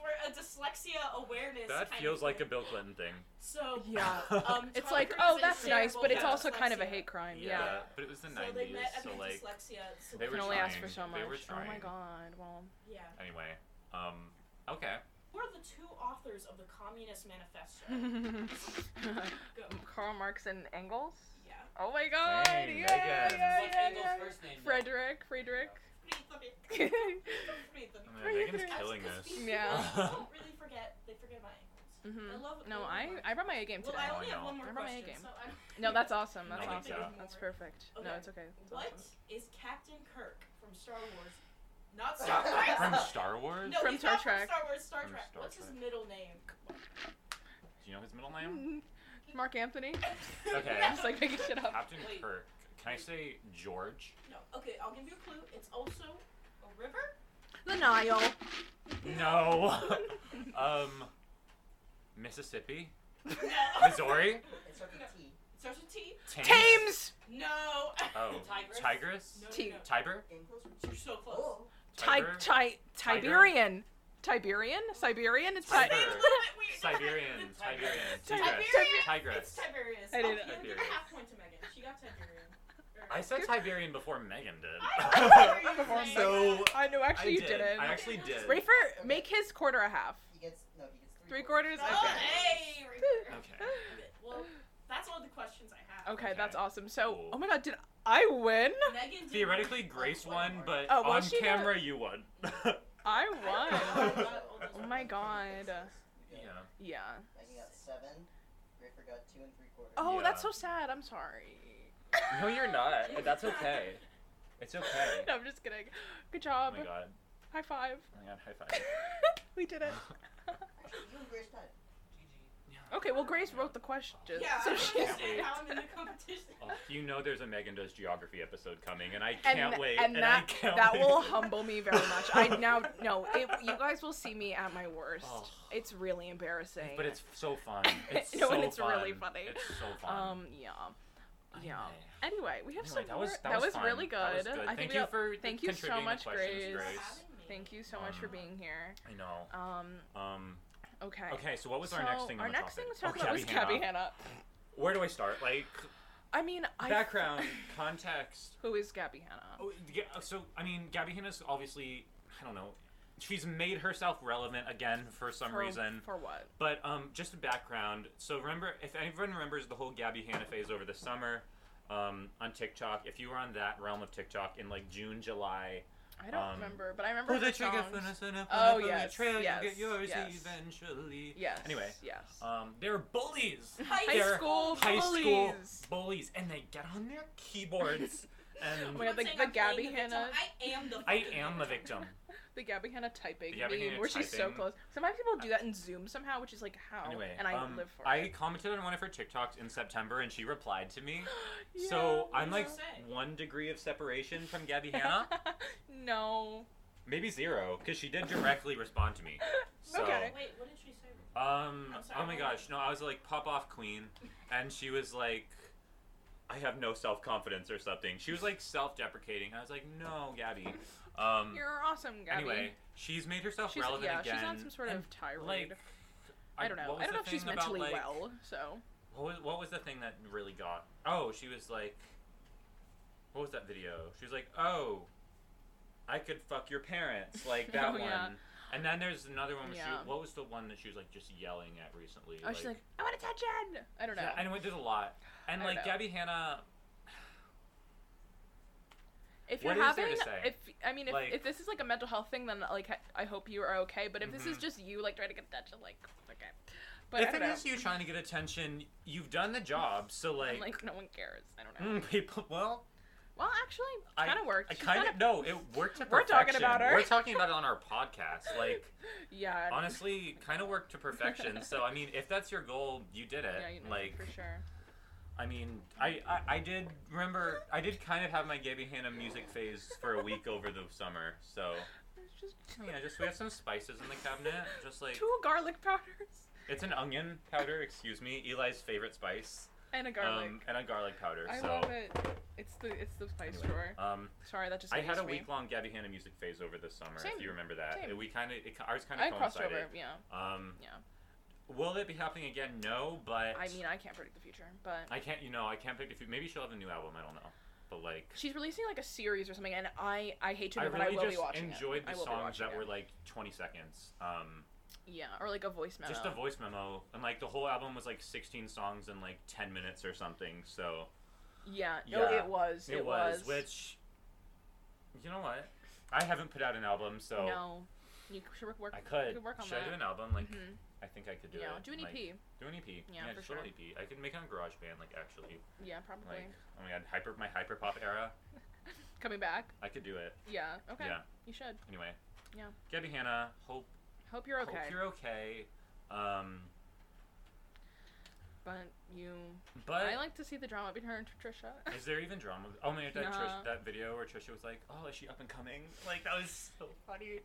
S4: for a dyslexia awareness.
S3: That
S4: kind
S3: feels
S4: of
S3: like a
S4: thing.
S3: Bill Clinton thing.
S4: So
S2: Yeah.
S4: um,
S2: It's
S4: Tom
S2: like,
S4: Cruise
S2: oh,
S4: and
S2: that's
S4: Sarah
S2: nice, but it's
S4: Both
S2: also
S4: had
S2: kind of a
S4: dyslexia.
S2: hate crime. Yeah.
S3: But it was the
S4: So
S3: 90s,
S4: they met at
S3: so
S4: the
S3: like.
S4: dyslexia. So
S3: they
S2: You
S3: were
S2: can only ask
S3: trying.
S2: for so much.
S3: They were
S2: oh my
S3: trying.
S2: god. Well.
S4: yeah.
S3: Anyway. Um. Okay.
S4: Who are the two authors of the Communist Manifesto?
S2: Karl
S4: Go.
S2: Marx and Engels.
S4: Yeah.
S2: Oh my god.
S3: Dang,
S2: yeah,
S3: Megan.
S2: yeah,
S5: What's
S2: yeah,
S5: Engel's
S2: yeah.
S5: first name?
S2: Frederick. Frederick.
S3: I mean, Megan's killing this.
S2: Yeah.
S4: I don't really forget. They forget my ankles.
S2: hmm
S4: I love.
S2: No,
S4: love
S2: I
S4: my-
S2: I brought my A game
S4: Well,
S2: today.
S4: I only have
S3: Wow.
S4: one more
S2: I brought my game.
S4: question. So I'm...
S2: No, that's awesome. That's
S3: No,
S2: awesome.
S3: yeah.
S2: That's perfect. No,
S4: Okay.
S2: it's okay. It's
S4: What
S2: awesome.
S4: is Captain Kirk from Star Wars? Not Star Wars.
S3: From Star Wars?
S4: No,
S2: From
S4: he's
S2: Star
S4: not
S2: Trek.
S4: From Star Wars. Star
S3: From
S4: Trek.
S3: Star
S4: What's his
S3: Trek.
S4: middle name?
S3: Do you know his middle name?
S2: Mark Anthony.
S3: Okay.
S2: I'm just like making shit up.
S3: Captain
S4: Wait.
S3: Kirk. Can I say George?
S4: No. Okay, I'll give you a clue. It's also a river.
S2: The Nile.
S3: No. um. Mississippi?
S4: No.
S3: Missouri?
S5: It starts with T.
S4: It starts with T.
S3: Thames?
S2: Thames.
S4: No.
S3: Oh.
S5: Tigress?
S3: Tigress?
S4: No,
S2: T.
S4: no, no.
S3: Tiber?
S5: Engels?
S4: You're so close.
S5: Oh.
S2: Ti-
S3: Tiber?
S2: ti-
S3: Tiger?
S2: Tiberian. Tiberian. Siberian. It's ti-
S3: Tiber.
S4: It's a little bit weird.
S3: Siberian.
S4: It's
S3: Tiberian.
S2: Tiber-
S3: Tigress.
S4: Tiberian. It's
S3: Tigress.
S4: Tiberius.
S2: I didn't-
S4: okay, I'm
S3: Tiberius.
S4: giving a half point to Megan. She got Tiberian. Or-
S3: I said Tiberian before Megan
S4: I
S3: did.
S4: remember you
S2: Before
S4: saying
S3: so.
S4: that.
S2: I know. Actually,
S3: I
S2: you
S3: did.
S2: didn't.
S3: I actually did.
S2: Rafer, make his quarter a half.
S5: He gets no. He gets three.
S2: Three quarters.
S4: Oh,
S2: Okay.
S4: hey, Rafer.
S3: Okay.
S4: Okay, Well, that's all the questions I have.
S2: Okay,
S3: Okay.
S2: that's awesome. So,
S3: Cool.
S2: oh my god, did I win?
S4: Megan did
S3: Theoretically, Grace won, but
S2: Oh, was
S3: on
S2: she the-
S3: camera, you won.
S2: I
S4: I
S2: won.
S4: don't know about all those
S2: Oh my
S4: other
S2: god.
S3: yeah.
S2: Yeah.
S5: Megan got seven. Rafer got two and three quarters.
S2: Oh,
S3: Yeah.
S2: that's so sad. I'm sorry.
S3: No, you're not. That's okay. It's okay.
S2: No, I'm just kidding. Good
S3: Oh
S2: job.
S3: my god.
S2: High five.
S3: Oh my god, high five.
S2: we did it.
S5: Actually, you and Grace tied.
S7: Yeah.
S2: Okay, well, Grace wrote the question.
S4: Yeah,
S2: so
S4: I
S2: she.
S4: don't
S3: she's-
S4: understand how I'm in the competition.
S3: Oh, you know there's a Megan Does Geography episode coming, and I
S2: And,
S3: can't wait.
S2: and
S3: I
S2: that
S3: can't
S2: that
S3: wait.
S2: will humble me very much. I now no, it, you guys will see me at my worst.
S3: Oh.
S2: It's really embarrassing.
S3: But it's so fun. It's
S2: No,
S3: so
S2: and it's
S3: fun.
S2: really funny.
S3: It's so fun.
S2: um yeah. Yeah.
S3: Anyway.
S2: Anyway, we have
S3: Anyway,
S2: some
S3: that was
S2: more-
S3: that, was, fun.
S2: really
S3: That was
S2: good. I think
S3: thank
S2: we
S3: you
S2: got-
S3: for
S2: thank you so
S3: contributing the
S2: much,
S3: questions,
S2: Grace.
S4: Thanks for
S3: Grace.
S4: having me.
S2: Thank you so much for
S3: Um,
S2: being here.
S3: I know.
S2: Um
S3: Um.
S2: okay.
S3: Okay, so what was
S2: so
S3: our next thing?
S2: Our
S3: on the
S2: next thing
S3: topic?
S2: was talking
S3: Oh,
S2: about was
S3: Gabby
S2: Cabby
S3: Hanna.
S2: Hanna.
S3: Where do I start? Like
S2: I mean, I
S3: background, context.
S2: Who is Gabby Hanna?
S3: Oh, yeah, so I mean, Gabby Hanna's obviously I don't know. She's made herself relevant again for some
S2: For-
S3: reason.
S2: For what?
S3: But um, just a background. So remember, if anyone remembers the whole Gabby Hanna phase over the summer um, on TikTok, if you were on that realm of TikTok in like June, July.
S2: I don't
S3: Um,
S2: remember, but I remember her Uh-huh. songs. Oh,
S3: Oh
S2: yes, yes, yes.
S3: eventually.
S2: Yes.
S3: Anyway.
S2: Yes.
S3: Um, they're bullies.
S2: High
S3: they're
S2: school
S3: High school
S2: bullies.
S3: bullies, and they get on their keyboards.
S2: Oh
S3: and
S2: my god, the,
S4: Someone saying
S2: the
S4: I'm playing
S2: Gabby
S4: victim.
S2: Hanna.
S4: I am the.
S3: I
S4: fucking
S3: am the victim.
S2: The Gabby Hanna typing
S3: The Gabby
S2: meme,
S3: Hanna
S2: where she's so
S3: typing. Uh,
S2: close. Sometimes people do that in Zoom somehow, which is like how.
S3: Anyway,
S2: Oh, and I
S3: um,
S2: live for
S3: I
S2: it.
S3: commented on one of her TikToks in September, and she replied to me. so
S2: Yeah.
S3: I'm like
S4: you say?
S3: one degree of separation from Gabby Hanna,
S2: no.
S3: maybe zero, because she did directly respond to me. So,
S2: Okay.
S4: Wait, what did she say?
S3: Um.
S4: I'm sorry,
S3: oh my
S4: what?
S3: gosh. No, I was like, pop off, queen, and she was like, I have no self confidence or something. She was like self deprecating. I was like, no, Gabby. Um.
S2: You're awesome, Gabby.
S3: Anyway, she's made herself
S2: she's
S3: relevant
S2: yeah,
S3: again.
S2: she's on some sort
S3: and,
S2: of tirade.
S3: like,
S2: I don't know. I
S3: what was
S2: don't
S3: the
S2: know if she's
S3: thing about,
S2: mentally
S3: like-
S2: well. So
S3: What was, what was the thing that really got? Oh, she was like, what was that video? She was like, oh, I could fuck your parents, like that
S2: Oh,
S3: one.
S2: yeah.
S3: And then there's another one. where
S2: Yeah.
S3: She, what was the one that she was like just yelling at recently?
S2: oh, she's like, I want attention. I don't know.
S3: Yeah, anyway, there's a lot. And
S2: I don't
S3: like
S2: know.
S3: Gabby Hanna,
S2: if you're
S3: What is
S2: having,
S3: there to say?
S2: if I mean, if,
S3: Like-
S2: if this is like a mental health thing, then like I- I hope you are okay. But if this is
S3: Mhm.
S2: just you like trying to get attention, like okay. But I
S3: if
S2: don't
S3: it
S2: know.
S3: is you trying to get attention, you've done the job. So
S2: And,
S3: like,
S2: like no one cares. I don't know.
S3: mm, people, well,
S2: Well, actually,
S3: I
S2: kind of worked.
S3: I
S2: She's
S3: kind
S2: kinda-
S3: of no, it worked to
S2: We're
S3: perfection.
S2: talking about her.
S3: We're talking about it on our podcast. Like,
S2: yeah.
S3: honestly, kind of worked to perfection. So I mean, if that's your goal, you did it.
S2: Yeah, you know,
S3: like,
S2: for sure.
S3: I mean, I, I I did remember I did kind of have my Gabby Hanna music phase for a week over the summer. So
S2: It's just
S3: yeah, just we have some spices in the cabinet. Just like
S2: two garlic powders
S3: it's an onion powder. Excuse me, Eli's favorite spice.
S2: and a garlic.
S3: Um, and a garlic powder.
S2: I
S3: so,
S2: love it. It's the it's the spice
S3: anyway,
S2: drawer.
S3: Um,
S2: Sorry, that just
S3: I had
S2: amazed
S3: a
S2: me.
S3: week long Gabby Hanna music phase over the summer.
S2: Same.
S3: If you remember that,
S2: Same.
S3: we kind of it, ours kind
S2: I
S3: of
S2: crossed
S3: coincided.
S2: over. Yeah.
S3: Um,
S2: Yeah.
S3: Will it be happening again? No, but
S2: I mean, I can't predict the future, but
S3: I can't. You know, I can't pick. If maybe she'll have a new album. I don't know. But like,
S2: she's releasing like a series or something, and I I hate to
S3: I
S2: admit, but I
S3: really
S2: will be
S3: just
S2: watching
S3: enjoyed
S2: it.
S3: the
S2: I will be
S3: songs
S2: watching
S3: that
S2: it.
S3: were like 20 seconds. Um,
S2: yeah, or like a voice memo.
S3: just a voice memo, and like the whole album was like 16 songs in like 10 minutes or something. So
S2: yeah, no,
S3: Yeah.
S2: it was. It,
S3: it was, which, you know what, I haven't put out an album, so.
S2: no, you should work. work
S3: I could.
S2: could work on
S3: Should I
S2: that.
S3: do an album? Like,
S2: Mhm.
S3: I think I could do
S2: yeah,
S3: it.
S2: do an E
S3: Like,
S2: EP.
S3: do an EP.
S2: Yeah, for
S3: just do an
S2: sure.
S3: EP. I could make it on GarageBand, like actually,
S2: yeah, probably
S3: like oh my god, hyper my hyper pop era.
S2: coming back.
S3: I could do it.
S2: Yeah, okay,
S3: Yeah.
S2: you should.
S3: Anyway.
S2: Yeah.
S3: Gabby Hanna, hope
S2: Hope you're okay,
S3: hope you're okay. Um,
S2: but you.
S3: but
S2: I like to see the drama between her and Trisha.
S3: is there even drama? Oh my god, that,
S2: Nah.
S3: Trish, that video where Trisha was like, "Oh, is she up and coming?" Like that was so funny.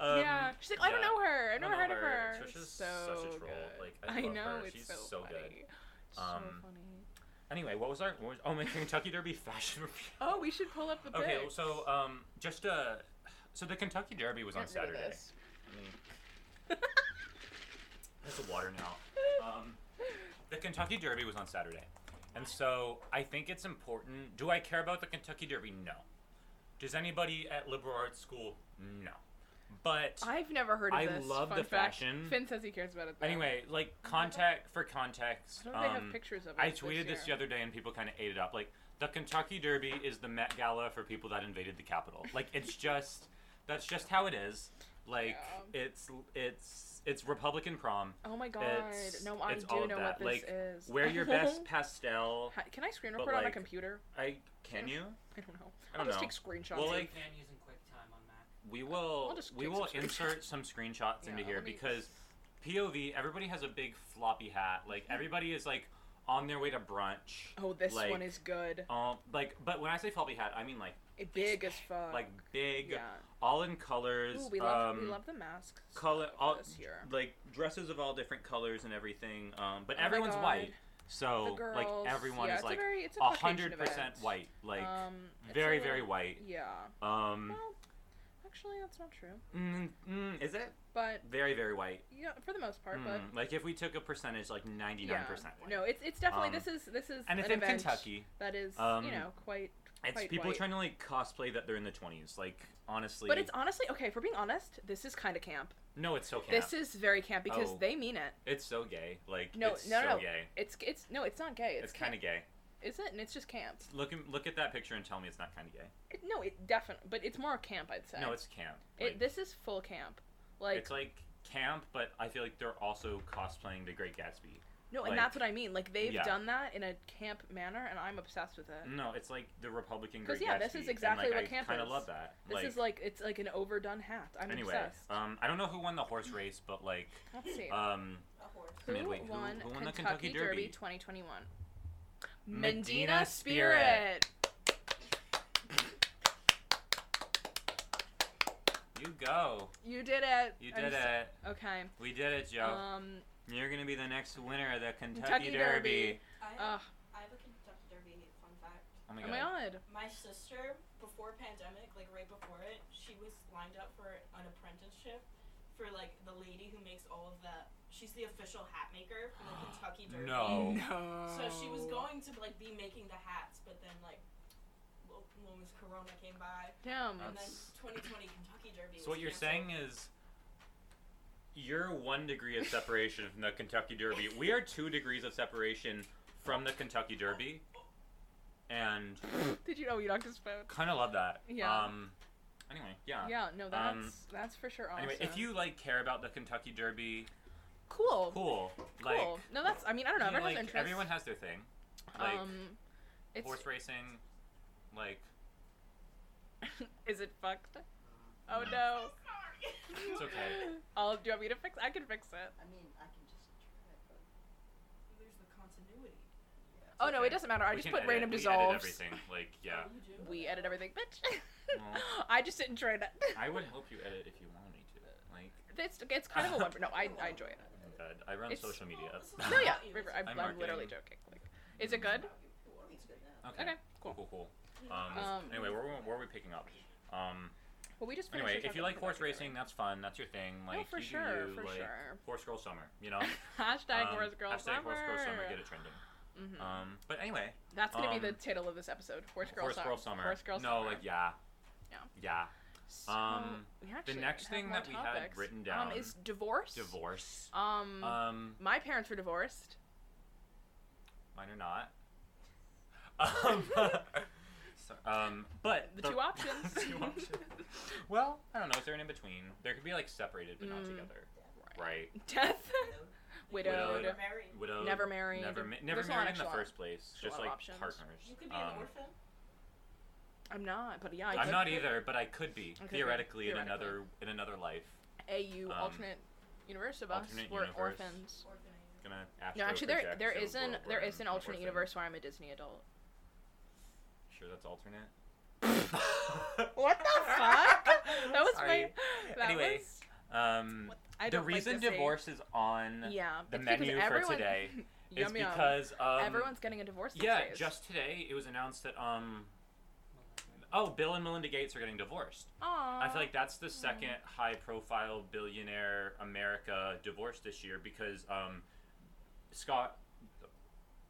S2: yeah, she's like, I don't
S3: Um, yeah.
S2: know her. I
S3: don't
S2: never
S3: know
S2: heard of
S3: her.
S2: her.
S3: Trisha's
S2: so
S3: such a troll.
S2: good.
S3: Like, I love
S2: know
S3: her.
S2: it's
S3: She's
S2: so,
S3: so good.
S2: funny. So
S3: Um,
S2: funny.
S3: Anyway, what was our what was, oh my Kentucky Derby fashion review?
S2: Oh, we should pull up the
S3: Okay,
S2: pics.
S3: so um, just uh, so the Kentucky Derby was on
S2: Get rid of
S3: Saturday.
S2: this.
S3: I mean, there's the water now. Um, the Kentucky Derby was on Saturday, and so I think it's important. Do I care about the Kentucky Derby? No. Does anybody at liberal arts school? No. But
S2: I've never heard of
S3: I
S2: this.
S3: love
S2: Fun
S3: the
S2: fact.
S3: fashion.
S2: Finn says he cares about it. Though.
S3: anyway, like contact for
S2: I
S3: context.
S2: don't know if they
S3: um,
S2: have pictures of it.
S3: I tweeted this, the
S2: year.
S3: other day and people kind of ate it up. Like the Kentucky Derby is the Met Gala for people that invaded the Capitol. Like it's just that's just how it is. Like
S2: Yeah.
S3: it's it's it's Republican prom.
S2: Oh my god!
S3: It's-
S2: no, I
S3: it's
S2: do
S3: all of
S2: know what
S3: that.
S2: this
S3: Like,
S2: is.
S3: Wear your best pastel.
S2: Ha- Can I screen
S3: but,
S2: record on my
S3: like,
S2: computer?
S3: I can you?
S2: I don't know.
S3: I
S2: I'll
S3: don't
S2: just
S3: know.
S2: take screenshots.
S3: Well,
S2: of-
S3: like-
S8: can using QuickTime on Mac.
S3: We will
S2: I'll just
S3: we
S2: take
S3: will
S2: some screenshots.
S3: insert some screenshots into
S2: Yeah,
S3: here
S2: let me-
S3: because POV everybody has a big floppy hat. Like
S2: Mhm.
S3: everybody is like on their way to brunch.
S2: oh, this
S3: like,
S2: one is good.
S3: Um, like, but when I say floppy hat, I mean like,
S2: It big as fuck.
S3: like big,
S2: Uh, yeah.
S3: all in colors.
S2: Ooh, we love
S3: um,
S2: we love the masks.
S3: color
S2: of
S3: all
S2: this year.
S3: like dresses of all different colors and everything um but
S2: Oh my
S3: everyone's
S2: God.
S3: white
S2: The
S3: so
S2: girls.
S3: like everyone
S2: yeah,
S3: is
S2: it's
S3: like
S2: a very, it's a
S3: a
S2: Caucasian
S3: hundred percent
S2: event.
S3: white like
S2: um, it's
S3: very
S2: a-
S3: very white
S2: Yeah.
S3: um
S2: Well, actually, that's not true.
S3: mm, mm, is it
S2: But
S3: very very white
S2: yeah, for the most part. But
S3: Mm, like if we took a percentage like 99%
S2: yeah.
S3: white
S2: No, it's it's definitely
S3: Um,
S2: this is this is
S3: and it's
S2: an
S3: in
S2: event
S3: kentucky
S2: that is
S3: Um,
S2: you know quite
S3: it's
S2: quite
S3: people
S2: white.
S3: trying to like cosplay that they're in the 20s like honestly
S2: But it's honestly okay. For being honest, this is kind of camp.
S3: no it's so camp.
S2: This is very camp because
S3: Oh.
S2: they mean it.
S3: it's so gay like
S2: No,
S3: it's
S2: no,
S3: so
S2: no.
S3: gay
S2: It's it's no, it's not gay.
S3: it's,
S2: It's,
S3: kind of gay
S2: of is it? And it's just camp.
S3: look at- look at that picture and tell me it's not kind of gay
S2: It, no, it definitely. But it's more camp, I'd say.
S3: no it's camp
S2: It-
S3: Like-
S2: this is full camp. Like
S3: it's like camp, but I feel like they're also cosplaying the Great Gatsby.
S2: No, and
S7: Like-
S2: that's what I mean. Like they've
S7: Yeah.
S2: done that in a camp manner, and I'm obsessed with it.
S7: No, it's like the Republican
S2: 'Cause,
S7: Great
S2: yeah, this
S7: Gatsby,
S2: is
S7: and,
S2: exactly
S7: like,
S2: what
S7: I
S2: camp
S7: kinda
S2: is.
S7: love that.
S2: This is like it's like an overdone hat. I'm
S7: anyway,
S2: obsessed.
S3: Um, I don't know who won the horse race, but like,
S2: Let's see.
S3: um,
S4: A horse.
S2: who,
S3: Midway- who-
S2: won
S3: who won the
S2: Kentucky,
S3: Kentucky
S2: Derby,
S3: Derby?
S2: 2021?
S3: Medina
S2: Medina
S3: Spirit.
S2: Spirit.
S3: you go,
S2: You did it.
S3: you
S2: I'm
S3: did
S2: so-
S3: it,
S2: Okay.
S3: we did it, Joe.
S2: Um.
S3: You're gonna be the next winner of the Kentucky,
S2: Kentucky
S3: Derby.
S2: Derby.
S4: I have,
S2: Ugh.
S4: I have a Kentucky Derby fun fact.
S3: Oh my
S2: Oh
S3: god.
S2: my god.
S4: My sister, before pandemic, like right before it, she was lined up for an apprenticeship for like the lady who makes all of the. She's the official hat maker for the Kentucky Derby.
S3: No.
S2: No.
S4: So she was going to like be making the hats, but then like when was Corona came by,
S2: Damn.
S4: and then
S3: That's-
S4: 2020 Kentucky Derby.
S7: So what
S4: was
S7: you're
S4: canceled.
S7: saying is you're one degree of separation from the Kentucky Derby. We are two degrees of separation from the Kentucky Derby. And
S2: Did you know you knocked his phone?
S3: Kind of love that.
S2: Yeah.
S7: um anyway, yeah.
S2: Yeah. No, that's
S3: Um,
S2: that's for sure. Awesome.
S3: Anyway, if you like care about the Kentucky Derby,
S2: cool.
S3: cool.
S2: Cool.
S3: Like,
S2: no, that's. I mean, I don't know.
S3: you know,
S2: Everyone
S3: like
S2: has interests.
S3: everyone has their thing. Like
S2: um, it's
S3: horse racing, like
S2: is it fucked? Oh no.
S3: It's okay.
S2: I'll. Do you want me to fix? I can fix it.
S5: I mean, I can just try, but
S4: There's the continuity.
S2: oh no, it
S3: okay.
S2: doesn't matter. I
S3: we
S2: just
S3: can
S2: put
S3: edit-
S2: random
S3: we
S2: dissolves.
S3: Edit everything. Like yeah,
S4: Oh, you do?
S2: We edit everything, bitch.
S3: Well.
S2: I just didn't enjoy that.
S3: I would help you edit if you want me to. Like,
S2: It's it's kind of a lumber. No, I, I enjoy it.
S3: oh my God, I run
S2: It's-
S3: social media.
S4: Well, this is-
S2: No, yeah,
S4: It's
S2: River, I'm,
S3: I'm
S2: I'm literally joking.
S3: marketing.
S2: Like, is it good?
S5: I think it's good now.
S3: okay.
S2: Okay,
S3: Cool.
S2: cool.
S3: Cool. Cool. Um,
S2: Um,
S3: anyway, where, were- where are we picking up? Um,
S2: Well, we just finished the
S3: anyway, if you
S2: topic
S3: like
S2: of
S3: horse
S2: Kentucky
S3: racing, that's fun. That's your thing.
S2: Derby. no, Oh,
S3: Like,
S2: for
S3: you do
S2: sure,
S3: you,
S2: for
S3: like,
S2: sure.
S3: Horse girl summer. You know.
S2: hashtag
S3: Um,
S2: horse girl
S3: hashtag
S2: summer.
S3: horse girl summer. Get it trending.
S2: Mhm.
S3: Um, but anyway,
S2: That's gonna be the
S3: um,
S2: title of this episode. Horse girl
S3: horse
S2: summer.
S3: girl summer.
S2: Horse girl
S3: no,
S2: summer.
S3: like yeah,
S2: Yeah.
S3: yeah.
S2: So,
S3: um,
S2: we actually
S3: next
S2: have
S3: thing
S2: more
S3: that we had
S2: topics.
S3: written
S2: um,
S3: down-
S2: is divorce.
S3: Divorce.
S2: Um,
S3: Um,
S2: my parents were divorced.
S3: mine are not. Um, so- um, but
S2: The two options.
S3: two options. Well, I don't know. Is there an in between? There could be like separated but not
S2: Mm.
S3: together, right?
S2: Death. Widowed.
S4: You're married.
S3: Widowed.
S2: Never married.
S3: Never, ma- never
S2: There's a lot,
S3: married in
S2: actually
S3: the
S2: a lot.
S3: first place.
S2: There's a lot
S3: Just
S2: of
S3: like
S2: options.
S3: partners.
S4: You could be
S3: Um,
S4: an orphan.
S2: I'm not, but yeah, I
S3: I'm
S2: could
S3: not
S2: be.
S3: either, but I could be
S2: I could be.
S3: theoretically, in
S2: Theoretically.
S3: another in another life.
S2: AU
S3: Um,
S2: alternate universe of us.
S3: alternate
S2: We're
S3: universe.
S2: orphans.
S4: Orphanage.
S3: Gonna
S2: No, actually, there
S3: astro-project,
S2: there
S3: so
S2: isn't
S3: we're-
S2: there
S3: we're
S2: is an
S3: an
S2: alternate
S3: orphan.
S2: universe where I'm a Disney adult.
S3: Sure, that's alternate.
S2: What the fuck? That was
S3: Sorry.
S2: my. That
S3: Anyway,
S2: was,
S3: Um,
S2: what- I
S3: the
S2: don't like
S3: reason
S2: this thing.
S3: divorce is on
S2: Yeah,
S3: the
S2: it's because
S3: menu for
S2: everyone-
S3: today is
S2: yum, yum.
S3: because um,
S2: everyone's getting a divorce. These
S3: yeah,
S2: days.
S3: just today it was announced that um, oh, Bill and Melinda Gates are getting divorced.
S2: Aw.
S3: I feel like that's the second high-profile billionaire America divorce this year because um, Scott,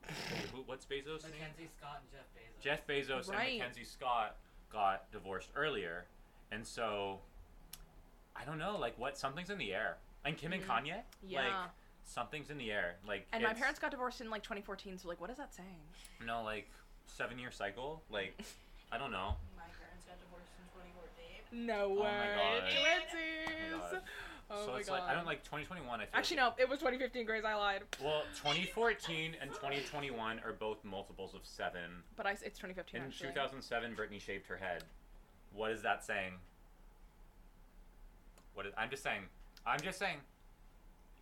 S3: who- what's Bezos' name?
S8: Mackenzie Scott and Jeff Bezos.
S3: Jeff Bezos
S2: Right.
S3: and Mackenzie Scott got divorced earlier, and so I don't know, like what something's in the air. And Kim
S2: Mhm.
S3: and Kanye,
S2: yeah.
S3: like something's in the air. Like
S2: and my
S3: it's-
S2: parents got divorced in like 2014, so like, what is that saying?
S3: no like seven-year cycle. Like I don't know.
S4: My parents got divorced in 2014.
S2: No
S3: Oh my God.
S2: way.
S3: God.
S2: Twinsies. Oh
S3: so
S2: my
S3: it's
S2: god.
S3: like I don't like 2021. I feel
S2: Actually,
S3: like-
S2: no. It was 2015. Grace, I lied.
S3: Well, 2014 and 2021 are both multiples of seven.
S2: But I, it's 2015.
S3: In
S2: actually.
S3: 2007, Britney shaved her head. What is that saying? What is, I'm just saying. I'm just saying.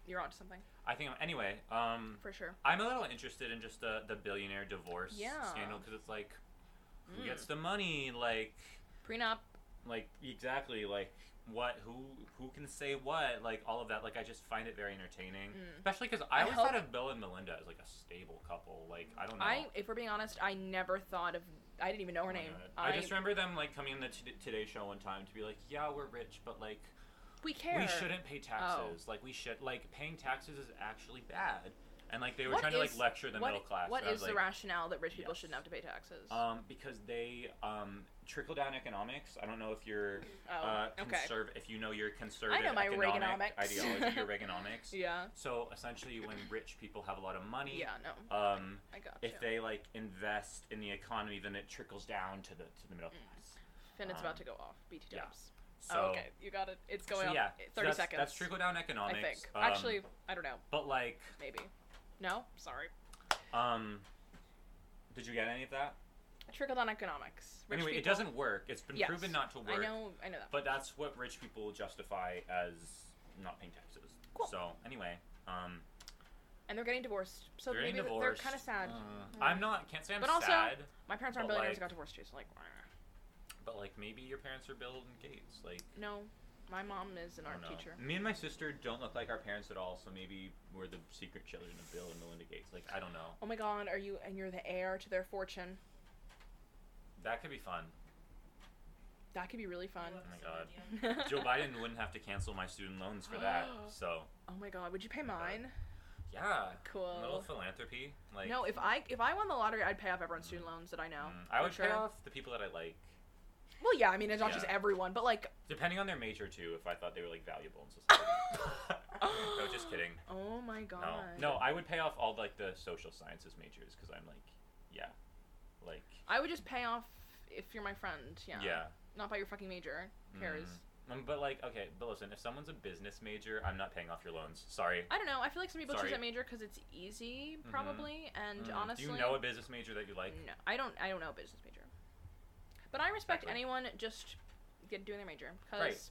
S2: You're onto something
S3: I think anyway. Um,
S2: for sure.
S3: I'm a little interested in just the the billionaire divorce
S2: Yeah.
S3: scandal because it's like, who
S2: Mm.
S3: gets the money? Like,
S2: Prenup.
S3: like exactly like what? Who who can say what? Like all of that. Like I just find it very entertaining,
S2: Mm.
S3: especially because I
S2: I
S3: always
S2: hope-
S3: thought of Bill and Melinda as like a stable couple. Like I don't know.
S2: I, if we're being honest, I never thought of. I didn't even know her
S3: Oh my
S2: name.
S3: God. I, just remember them like coming in the t- Today Show one time to be like, yeah, we're rich, but like
S2: we care.
S3: we shouldn't
S2: Oh.
S3: pay taxes. Like we should like paying taxes is actually bad. And like they were
S2: What
S3: trying to like
S2: is-
S3: lecture the
S2: What-
S3: middle class.
S2: What
S3: and I
S2: is
S3: was
S2: the
S3: like,
S2: rationale that rich people
S3: yes.
S2: shouldn't have to pay taxes?
S3: Um, because they um, trickle down economics. I don't know if you're
S2: oh,
S3: uh,
S2: okay.
S3: conserv- if you know your conservative
S2: my
S3: economic
S2: Reaganomics.
S3: ideology, your Reaganomics.
S2: Yeah.
S3: So essentially, when rich people have a lot of money,
S2: Yeah. No.
S3: um,
S2: I got
S3: if they like invest in the economy, then it trickles down to the to the middle
S2: Mm.
S3: class.
S2: Finn, it's about
S3: um,
S2: to go off. BT
S3: yeah.
S2: dubs.
S3: So,
S2: oh, okay. You got it. It's going
S3: so
S2: off.
S3: yeah,
S2: Thirty
S3: that's,
S2: seconds.
S3: That's trickle down
S2: I
S3: economics.
S2: think.
S3: um,
S2: Actually, I don't know.
S3: but like
S2: Maybe. No, sorry.
S3: Um, did you get any of that?
S2: Trickle down economics. Rich
S3: anyway, it
S2: people-
S3: doesn't work. It's been
S2: Yes.
S3: proven not to work.
S2: I know. I know that.
S3: But that's what rich people justify as not paying taxes.
S2: Cool.
S3: So anyway, um,
S2: and they're getting divorced, so
S3: they're
S2: maybe
S3: getting
S2: th- they're
S3: divorced.
S2: kind of sad.
S3: Uh, I'm not. Can't say I'm
S2: Mm-hmm. But also-
S3: sad.
S2: My parents aren't
S3: But,
S2: billionaires;
S3: like-
S2: they got divorced too. So like, wah.
S3: But like maybe your parents are Bill and Gates. Like
S2: no, my mom is an
S3: I
S2: art
S3: don't know.
S2: teacher.
S3: Me and my sister don't look like our parents at all. So maybe we're the secret children of Bill and Melinda Gates. Like I don't know.
S2: Oh my God, are you? And you're the heir to their fortune.
S3: That could be fun.
S2: That could be really fun.
S4: Love
S3: Oh my
S4: this
S3: God.
S4: idea.
S3: Joe Biden wouldn't have to cancel my student loans for that. So
S2: Oh my God, would you pay
S3: uh,
S2: mine?
S3: yeah, a little
S2: Cool.
S3: philanthropy. Like
S2: No, if I if I won the lottery, I'd pay off everyone's student loans that I know.
S3: mm, I
S2: for
S3: would pay
S2: sure.
S3: off the people that I like,
S2: Well, yeah, I mean, it's not
S3: Yeah.
S2: just everyone, but like.
S3: depending on their major too. If I thought they were like valuable in society. no, just kidding.
S2: Oh my God.
S3: No, no, I would pay off all like the social sciences majors because I'm like, yeah, like
S2: I would just pay off if you're my friend. Yeah.
S3: yeah.
S2: Not by your fucking major. Who Cares.
S3: Um, but like, okay, but listen, if someone's a business major, I'm not paying off your loans. Sorry.
S2: I don't know. I feel like some people
S3: Sorry.
S2: choose that major because it's easy,
S3: Mhm.
S2: probably. And
S3: Mm,
S2: honestly,
S3: do you know a business major that you like?
S2: no, I don't. I don't know a business major. But I respect
S3: Exactly.
S2: anyone just get doing their major because
S3: Right.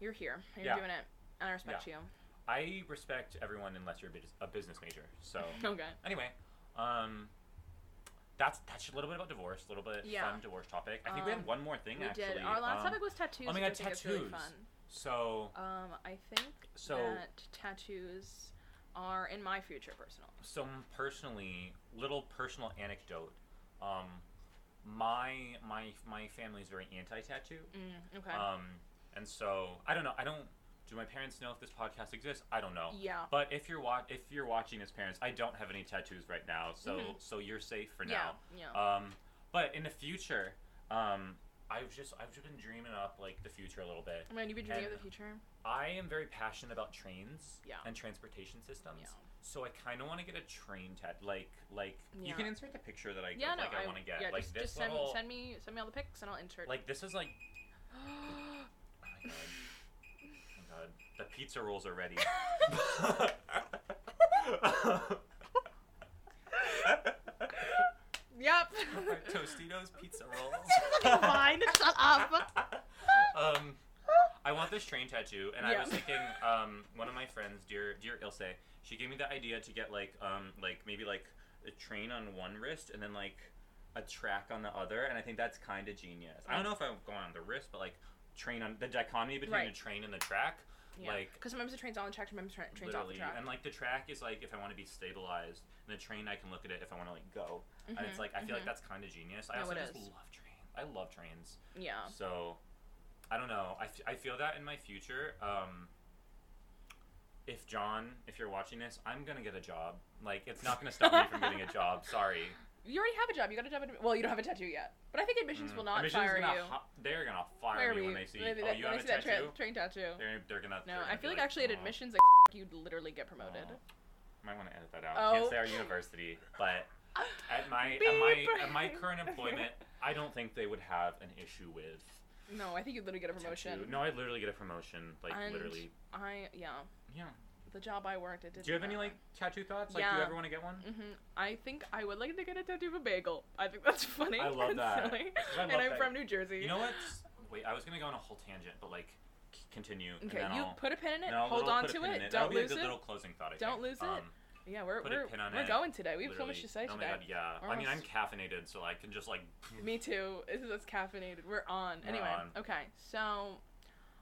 S2: you're here and
S3: Yeah.
S2: you're doing it, and I respect
S3: I respect everyone unless you're a, bus- a business major. So
S2: you. Okay.
S3: anyway, um, that's that's a little bit about divorce, a little bit
S2: Yeah.
S3: fun divorce topic. I think we
S2: Um,
S3: had one more thing
S2: We
S3: actually.
S2: did. Our last
S3: um,
S2: topic was tattoos.
S3: oh my
S2: which
S3: God,
S2: I think is really
S3: tattoos.
S2: fun.
S3: So
S2: Um, I think
S3: So-
S2: that tattoos are in my future personally.
S3: some personally little personal anecdote um my my my family's very anti tattoo
S2: Mm, okay.
S3: um and so i don't know i don't do my parents know if this podcast exists i don't know
S2: yeah.
S3: but if you're wa- if you're watching as parents i don't have any tattoos right now so
S2: Mhm.
S3: so you're safe for
S2: Yeah.
S3: now
S2: Yeah.
S3: um but in the future um i've just i've just been dreaming up like the future a little bit
S2: I mean, you've been dreaming of
S3: and-
S2: the future.
S3: i am very passionate about trains
S2: Yeah.
S3: and transportation systems
S2: Yeah.
S3: so I kind of want to get a train tat, like like you
S2: Yeah.
S3: can insert the picture that I
S2: Yeah, no,
S3: like I, want to get
S2: yeah,
S3: like
S2: just,
S3: this
S2: just send,
S3: little
S2: send me send me all the pics and I'll insert.
S3: like this is like oh my god, oh my god. the pizza rolls are ready.
S2: yep.
S3: Tostitos pizza
S2: Fucking
S3: rolls.
S2: Fine, shut up.
S3: um, I want this train tattoo, and I
S2: Yeah.
S3: was thinking, um, one of my friends, dear dear Ilse, she gave me the idea to get like um like maybe like a train on one wrist and then like a track on the other, and I think that's kind of genius. I don't know if I'm going on the wrist, but like train on the dichotomy between
S2: Right.
S3: the train and the track,
S2: Yeah.
S3: like
S2: Because sometimes the train's on the track, sometimes the tra- train's off the
S3: literally,
S2: track.
S3: and like the track is like if I want to be stabilized, and the train I can look at it if I want to like go, and it's
S2: Mhm,
S3: like I feel
S2: mhm.
S3: like that's kind of genius. I
S2: No,
S3: also
S2: it
S3: just
S2: is.
S3: love trains. I love trains.
S2: Mm-hmm. yeah.
S3: So, I don't know. I, f- I feel that in my future, um, if John, if you're watching this, I'm gonna get a job. Like, it's not gonna stop me from getting a job. Sorry.
S2: You already have a job. You got a job. At, well, you don't have a tattoo yet, but I think admissions
S3: Mm.
S2: will not
S3: Admissions is
S2: fire
S3: gonna
S2: you.
S3: ho- they're gonna fire
S2: Fire
S3: me
S2: me.
S3: when they see.
S2: When
S3: oh,
S2: that-
S3: you
S2: when
S3: have
S2: they
S3: a
S2: see that
S3: tattoo.
S2: tra- train tattoo.
S3: they're, they're gonna.
S2: No,
S3: they're gonna
S2: I
S3: be
S2: feel like,
S3: like
S2: actually at
S3: "Aw."
S2: admissions, like, you'd literally get promoted.
S3: Aw. Might want to edit that out.
S2: Oh.
S3: Can't say our university, but at my at my at my
S2: Beep.
S3: current employment, I don't think they would have an issue with
S2: No, I think you'd literally get a promotion.
S3: Tattoo. No, I literally get a promotion. Like
S2: And-
S3: literally.
S2: I yeah.
S3: Yeah.
S2: The job I worked at.
S3: Do you have any like tattoo thoughts? Like, do
S2: Yeah.
S3: you ever want to get one?
S2: Mm-hmm. I think I would like to get a tattoo of a bagel. I think that's funny.
S3: I love
S2: and
S3: that.
S2: silly.
S3: 'Cause I
S2: and
S3: love
S2: I'm
S3: that.
S2: from New Jersey.
S3: You know what? Wait, I was gonna go on a whole tangent, but like, c- continue. and
S2: Okay,
S3: then
S2: you
S3: I'll,
S2: put a pin in it.
S3: then I'll-
S2: hold
S3: I'll
S2: on
S3: put a
S2: to
S3: pin
S2: it.
S3: in That'll
S2: Don't
S3: be a
S2: lose
S3: good
S2: it.
S3: little closing thought. I
S2: Don't
S3: think.
S2: lose it.
S3: Um,
S2: Yeah, we're
S3: put a
S2: we're,
S3: pin on
S2: we're
S3: it.
S2: going today. We have so
S3: literally.
S2: much to say
S3: Oh my
S2: today.
S3: god, yeah. I mean, I'm
S2: almost-
S3: caffeinated, so I can just like.
S2: Me too. This is us caffeinated. We're on.
S3: We're
S2: anyway,
S3: on.
S2: okay. So,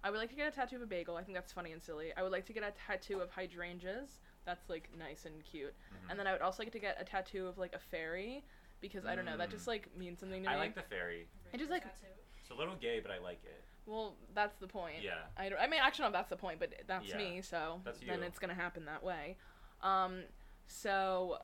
S2: I would like to get a tattoo of a bagel. I think that's funny and silly. I would like to get a tattoo of hydrangeas. That's like nice and cute.
S3: Mhm.
S2: And then I would also like to get a tattoo of like a fairy because I don't know. That
S3: Mm.
S2: just like means something to
S3: I
S2: me.
S3: like the fairy.
S2: I just like-
S4: Tattoo.
S3: It's a little gay, but I like it.
S2: well, that's the point.
S3: Yeah.
S2: I don't. I mean, actually, no, that's the point. But that's
S3: Yeah.
S2: me. So
S3: That's
S2: then
S3: you.
S2: it's gonna happen that way. Um. So,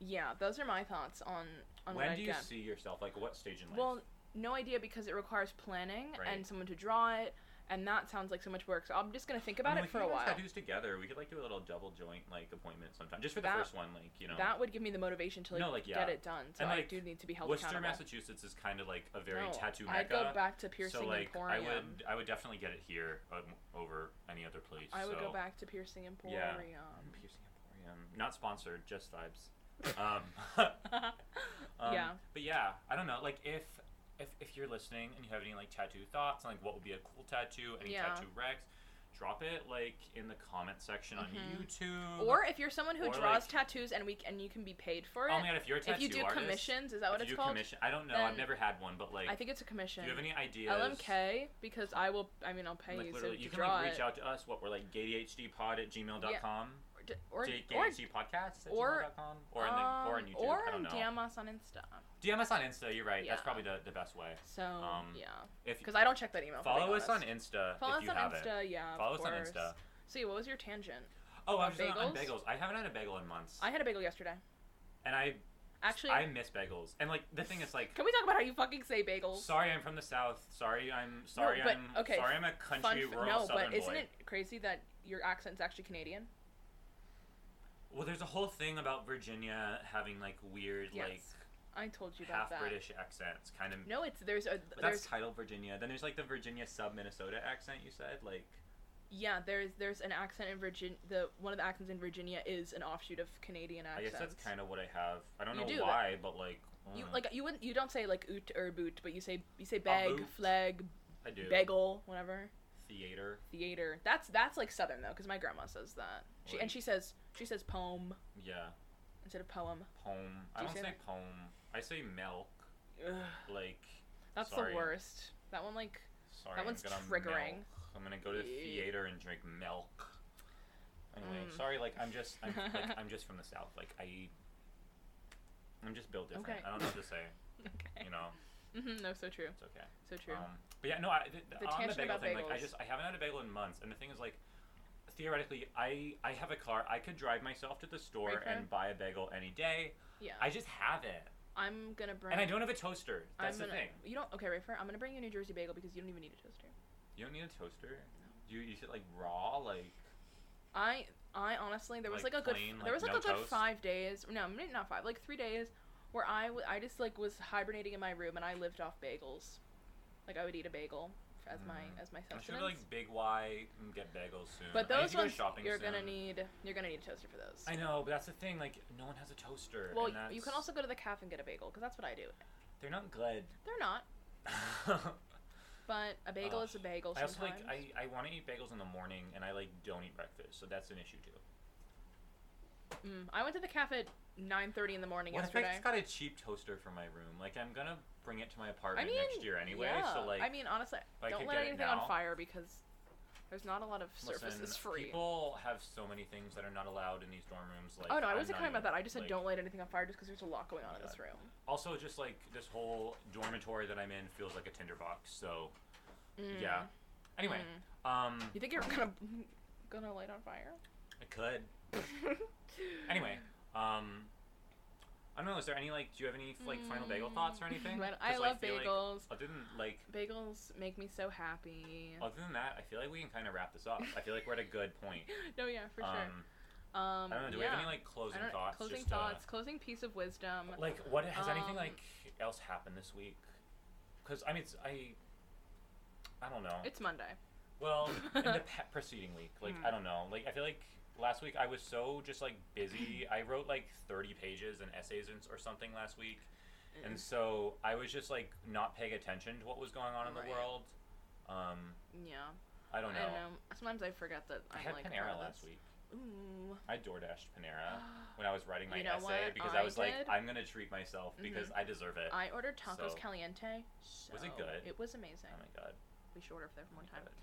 S2: yeah, those are my thoughts on on what
S3: when
S2: I'd
S3: do you
S2: get.
S3: see yourself? Like, what stage in life?
S2: Well, no idea because it requires planning
S3: Right.
S2: and someone to draw it, and that sounds like so much work. So I'm just gonna think
S3: I
S2: about
S3: mean,
S2: it
S3: we
S2: for
S3: could
S2: a
S3: do
S2: while.
S3: Tattoos together. We could like do a little double joint like appointment sometime, just for the
S2: That-
S3: first one. Like, you know.
S2: That would give me the motivation to like,
S3: No, like, yeah.
S2: get it done. So
S3: And,
S2: I
S3: like,
S2: do need to be held
S3: Worcester,
S2: accountable.
S3: Massachusetts is kind of like a very
S2: No,
S3: tattoo mecca.
S2: I'd go back to piercing
S3: so like I
S2: emporium.
S3: would I would definitely get it here um, over any other place.
S2: I would
S3: so.
S2: go back to piercing emporium.
S3: Yeah. Piercing Um, not sponsored, just vibes. Um, um,
S2: Yeah.
S3: But yeah, I don't know. Like if if if you're listening and you have any like tattoo thoughts, like what would be a cool tattoo, any
S2: Yeah.
S3: tattoo recs, drop it like in the comment section
S2: Mhm.
S3: on YouTube.
S2: Or if you're someone who
S3: Or,
S2: draws
S3: like-
S2: tattoos and we c- and you can be paid for it,
S3: oh my god, if you're a tattoo
S2: if you do
S3: artist,
S2: commissions, is that what
S3: if
S2: it's
S3: you do
S2: called?
S3: commission, I don't know.
S2: then-
S3: I've never had one, but like,
S2: I think it's a commission.
S3: do you have any ideas?
S2: LMK because I will. I mean, I'll pay
S3: Like
S2: you so
S3: literally,
S2: to
S3: you can
S2: draw
S3: like
S2: it.
S3: reach out to us. What we're like, gadhdpod at gmail.com.
S2: Or d- or
S3: Jake
S2: or,
S3: Gacy podcast at
S2: or-
S3: gmail.com or on the, or on
S2: um,
S3: YouTube.
S2: or
S3: I don't know.
S2: DM us on Insta.
S3: DM us on Insta. You're right.
S2: Yeah.
S3: That's probably the, the best way.
S2: So
S3: Um,
S2: yeah,
S3: If
S2: because I don't check that email. if I'm
S3: follow
S2: being
S3: us on
S2: honest.
S3: Insta
S2: Follow
S3: if
S2: us
S3: you
S2: on
S3: have it.
S2: Insta. Yeah, of
S3: Follow us on
S2: course.
S3: Insta.
S2: See, what was your tangent?
S3: Oh, I
S2: On
S3: was just on- on
S2: bagels?
S3: bagels. I haven't had a bagel in months,
S2: I had a bagel yesterday.
S3: and I
S2: Actually,
S3: I miss bagels. And like the thing is, like,
S2: can we talk about how you fucking say bagels?
S3: sorry, I'm from the south. Sorry, I'm sorry,
S2: but-
S3: I'm
S2: okay,
S3: sorry, I'm a
S2: Fun
S3: country
S2: f-
S3: rural
S2: no,
S3: southern
S2: but isn't
S3: boy.
S2: it crazy that your accent's actually Canadian?
S3: Well, there's a whole thing about Virginia having like weird,
S2: Yes,
S3: like
S2: I told you about
S3: half
S2: that.
S3: British accents, kind of.
S2: No, it's there's a
S3: But
S2: there's
S3: that's titled Virginia. Then there's like the Virginia sub Minnesota accent you said, like
S2: yeah there's there's an accent in Virginia. The one of the accents in Virginia is an offshoot of Canadian
S3: I
S2: accents.
S3: guess that's kind of what I have. I don't
S2: You
S3: know
S2: do, but-
S3: why, but like
S2: You
S3: mm,
S2: like you wouldn't you don't say like oot or boot, but you say you say bag,
S3: boot.
S2: flag,
S3: I do
S2: bagel, whatever.
S3: theater.
S2: Theater. That's that's like southern though, because my grandma says that. She and
S3: Right.
S2: she says she says poem
S3: Yeah,
S2: instead of poem.
S3: poem. I
S2: Do you
S3: don't
S2: say
S3: say
S2: that?
S3: poem. I say milk.
S2: Ugh,
S3: Like
S2: that's
S3: Sorry.
S2: the worst. That one like
S3: sorry,
S2: one's
S3: I'm gonna
S2: triggering.
S3: milk. I'm gonna go to the
S2: Ew.
S3: theater and drink milk. Anyway,
S2: Mm.
S3: sorry. Like I'm just, I'm like I'm just from the south. Like I, I'm just built different.
S2: Okay.
S3: I don't know what to say.
S2: okay.
S3: You know,
S2: hmm no, so true,
S3: it's okay.
S2: so true.
S3: Um, but yeah, no, I, th- th-
S2: The
S3: on the
S2: tangent
S3: bagel
S2: about
S3: thing, like I
S2: bagels.
S3: just I haven't had a bagel in months, and the thing is like. Theoretically, I I have a car. I could drive myself to the store
S2: Right,
S3: and buy a bagel any day.
S2: yeah,
S3: I just have it,
S2: I, am gonna bring.
S3: and I don't have a toaster. That's
S2: I'm
S3: the
S2: gonna,
S3: thing.
S2: You don't okay, Rafer? I'm gonna bring you a New Jersey bagel because you don't even need a toaster.
S3: You don't need a toaster. You you should like raw like
S2: I I honestly there was like,
S3: Like
S2: a good
S3: plain,
S2: there was
S3: like,
S2: like
S3: no
S2: a good
S3: toast?
S2: five days no maybe not five like three days where I w- I just like was hibernating in my room and I lived off bagels, like I would eat a bagel f- as
S3: Mm.
S2: my as my
S3: I should
S2: sustenance.
S3: go to, like Big Y and get bagels soon.
S2: but
S3: I need
S2: those
S3: to go
S2: ones
S3: shopping
S2: you're
S3: soon.
S2: gonna need you're gonna need a toaster for those.
S3: I know, but that's the thing. Like no one has a toaster.
S2: well,
S3: and that's,
S2: you can also go to the cafe and get a bagel because that's what I do.
S3: they're not good.
S2: They're not, but a bagel
S3: Ugh.
S2: is a bagel.
S3: I
S2: Sometimes.
S3: also like I, I want to eat bagels in the morning and I like don't eat breakfast, so that's an issue too.
S2: Mm, I went to the cafe at 9:30 in the morning
S3: What if I
S2: yesterday.
S3: just got a cheap toaster for my room? Like I'm gonna bring it to my
S2: I
S3: apartment
S2: mean,
S3: next year anyway.
S2: yeah.
S3: So like
S2: I mean, honestly,
S3: I
S2: don't
S3: could
S2: let
S3: get it
S2: anything on
S3: now-
S2: fire because there's not a lot of surfaces
S3: listen,
S2: free.
S3: people have so many things that are not allowed in these dorm rooms. Like
S2: oh no, I
S3: I'm
S2: wasn't
S3: not
S2: talking about
S3: even-
S2: that. I just said
S3: like,
S2: don't light anything on fire just because there's a lot going on in
S3: Yeah.
S2: this room.
S3: Also, just like this whole dormitory that I'm in feels like a tinderbox. So
S2: Mm,
S3: yeah. Anyway,
S2: mm.
S3: um,
S2: you think you're gonna gonna light on fire?
S3: I could. Anyway, um, I don't know. Is there any like? Do you have any like final bagel thoughts or anything?
S2: Well, Mm. I
S3: 'Cause
S2: love
S3: feel like-
S2: bagels.
S3: other than like,
S2: Bagels make me so happy.
S3: other than that, I feel like we can kind of wrap this up. I feel like we're at a good point.
S2: no, yeah, for
S3: um,
S2: sure. Um,
S3: I don't know. Do
S2: yeah.
S3: we have any like closing
S2: I don't-
S3: thoughts?
S2: Closing
S3: just, uh, Oh,
S2: thoughts. Closing piece of wisdom.
S3: like, what has anything
S2: Um,
S3: like else happened this week? Because I mean, it's, I, I don't know.
S2: It's Monday.
S3: Well, in the pe- preceding week, like
S2: Hmm.
S3: I don't know, like I feel like last week I was so just like busy. I wrote like thirty pages and essays and, s- or something last week, and so I was just like not paying attention to what was going on in
S2: Right.
S3: the world. Um,
S2: Yeah.
S3: I don't know.
S2: I don't know. Sometimes I forget that
S3: Oh, I
S2: I'm
S3: had
S2: like. part
S3: Panera
S2: of
S3: last
S2: this.
S3: week. Uh,
S2: Ooh.
S3: I DoorDashed Panera when I was writing my
S2: You know
S3: essay
S2: what
S3: because
S2: I
S3: I was like,
S2: did? Mm-hmm.
S3: I'm gonna treat myself because I deserve it.
S2: I ordered tacos
S3: So-
S2: caliente. So
S3: Was it good?
S2: It was amazing.
S3: oh my god.
S2: We should order from there from one time.
S3: God.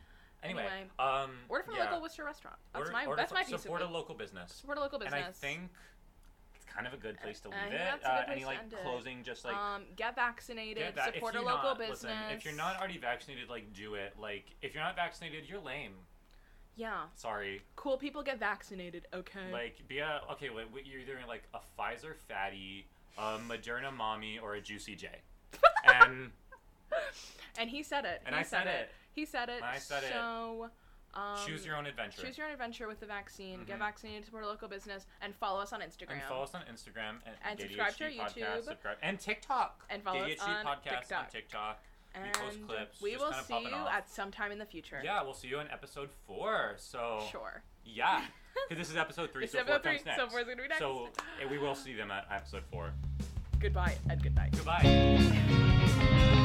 S3: Anyway,
S2: Anyway,
S3: um,
S2: Order from
S3: yeah.
S2: a local Worcester restaurant. That's
S3: Order-
S2: my
S3: order
S2: that's
S3: from-
S2: my piece
S3: support
S2: of
S3: a
S2: it.
S3: local business.
S2: support a local business.
S3: And I think it's kind of a good place to
S2: I
S3: leave
S2: think
S3: it.
S2: that's a
S3: uh,
S2: good place
S3: any
S2: to
S3: like
S2: end it.
S3: closing, just like
S2: um, get vaccinated.
S3: get back.
S2: Support
S3: if
S2: a
S3: you're
S2: local
S3: not,
S2: business.
S3: Listen, if you're not already vaccinated, like do it. Like if you're not vaccinated, you're lame.
S2: yeah,
S3: Sorry.
S2: cool people get vaccinated. Okay.
S3: Like be a okay. Wait, wait, you're either like a Pfizer fatty, a Moderna mommy, or a Juicy J. And
S2: and he said it.
S3: and
S2: he
S3: I said it.
S2: He said it.
S3: I said it.
S2: so, um,
S3: choose your own adventure.
S2: choose your own adventure with the vaccine. Get
S3: Mhm.
S2: vaccinated. Support a local business, and follow us on Instagram.
S3: and follow us on Instagram at
S2: And
S3: DDHD
S2: subscribe to our
S3: podcast,
S2: YouTube.
S3: subscribe, and TikTok.
S2: And follow us
S3: DDHD
S2: on
S3: podcast on
S2: TikTok.
S3: TikTok.
S2: and
S3: we post clips,
S2: we
S3: just
S2: will
S3: kinda
S2: see
S3: popping
S2: you
S3: off.
S2: at some time in the future.
S3: Yeah, we'll see you in episode four. So
S2: Sure.
S3: yeah. Because this is episode three,
S2: It's
S3: so four
S2: episode three,
S3: comes next.
S2: so four's gonna be next.
S3: So eh, we will see them at episode four.
S2: Goodbye and good night.
S3: Goodbye.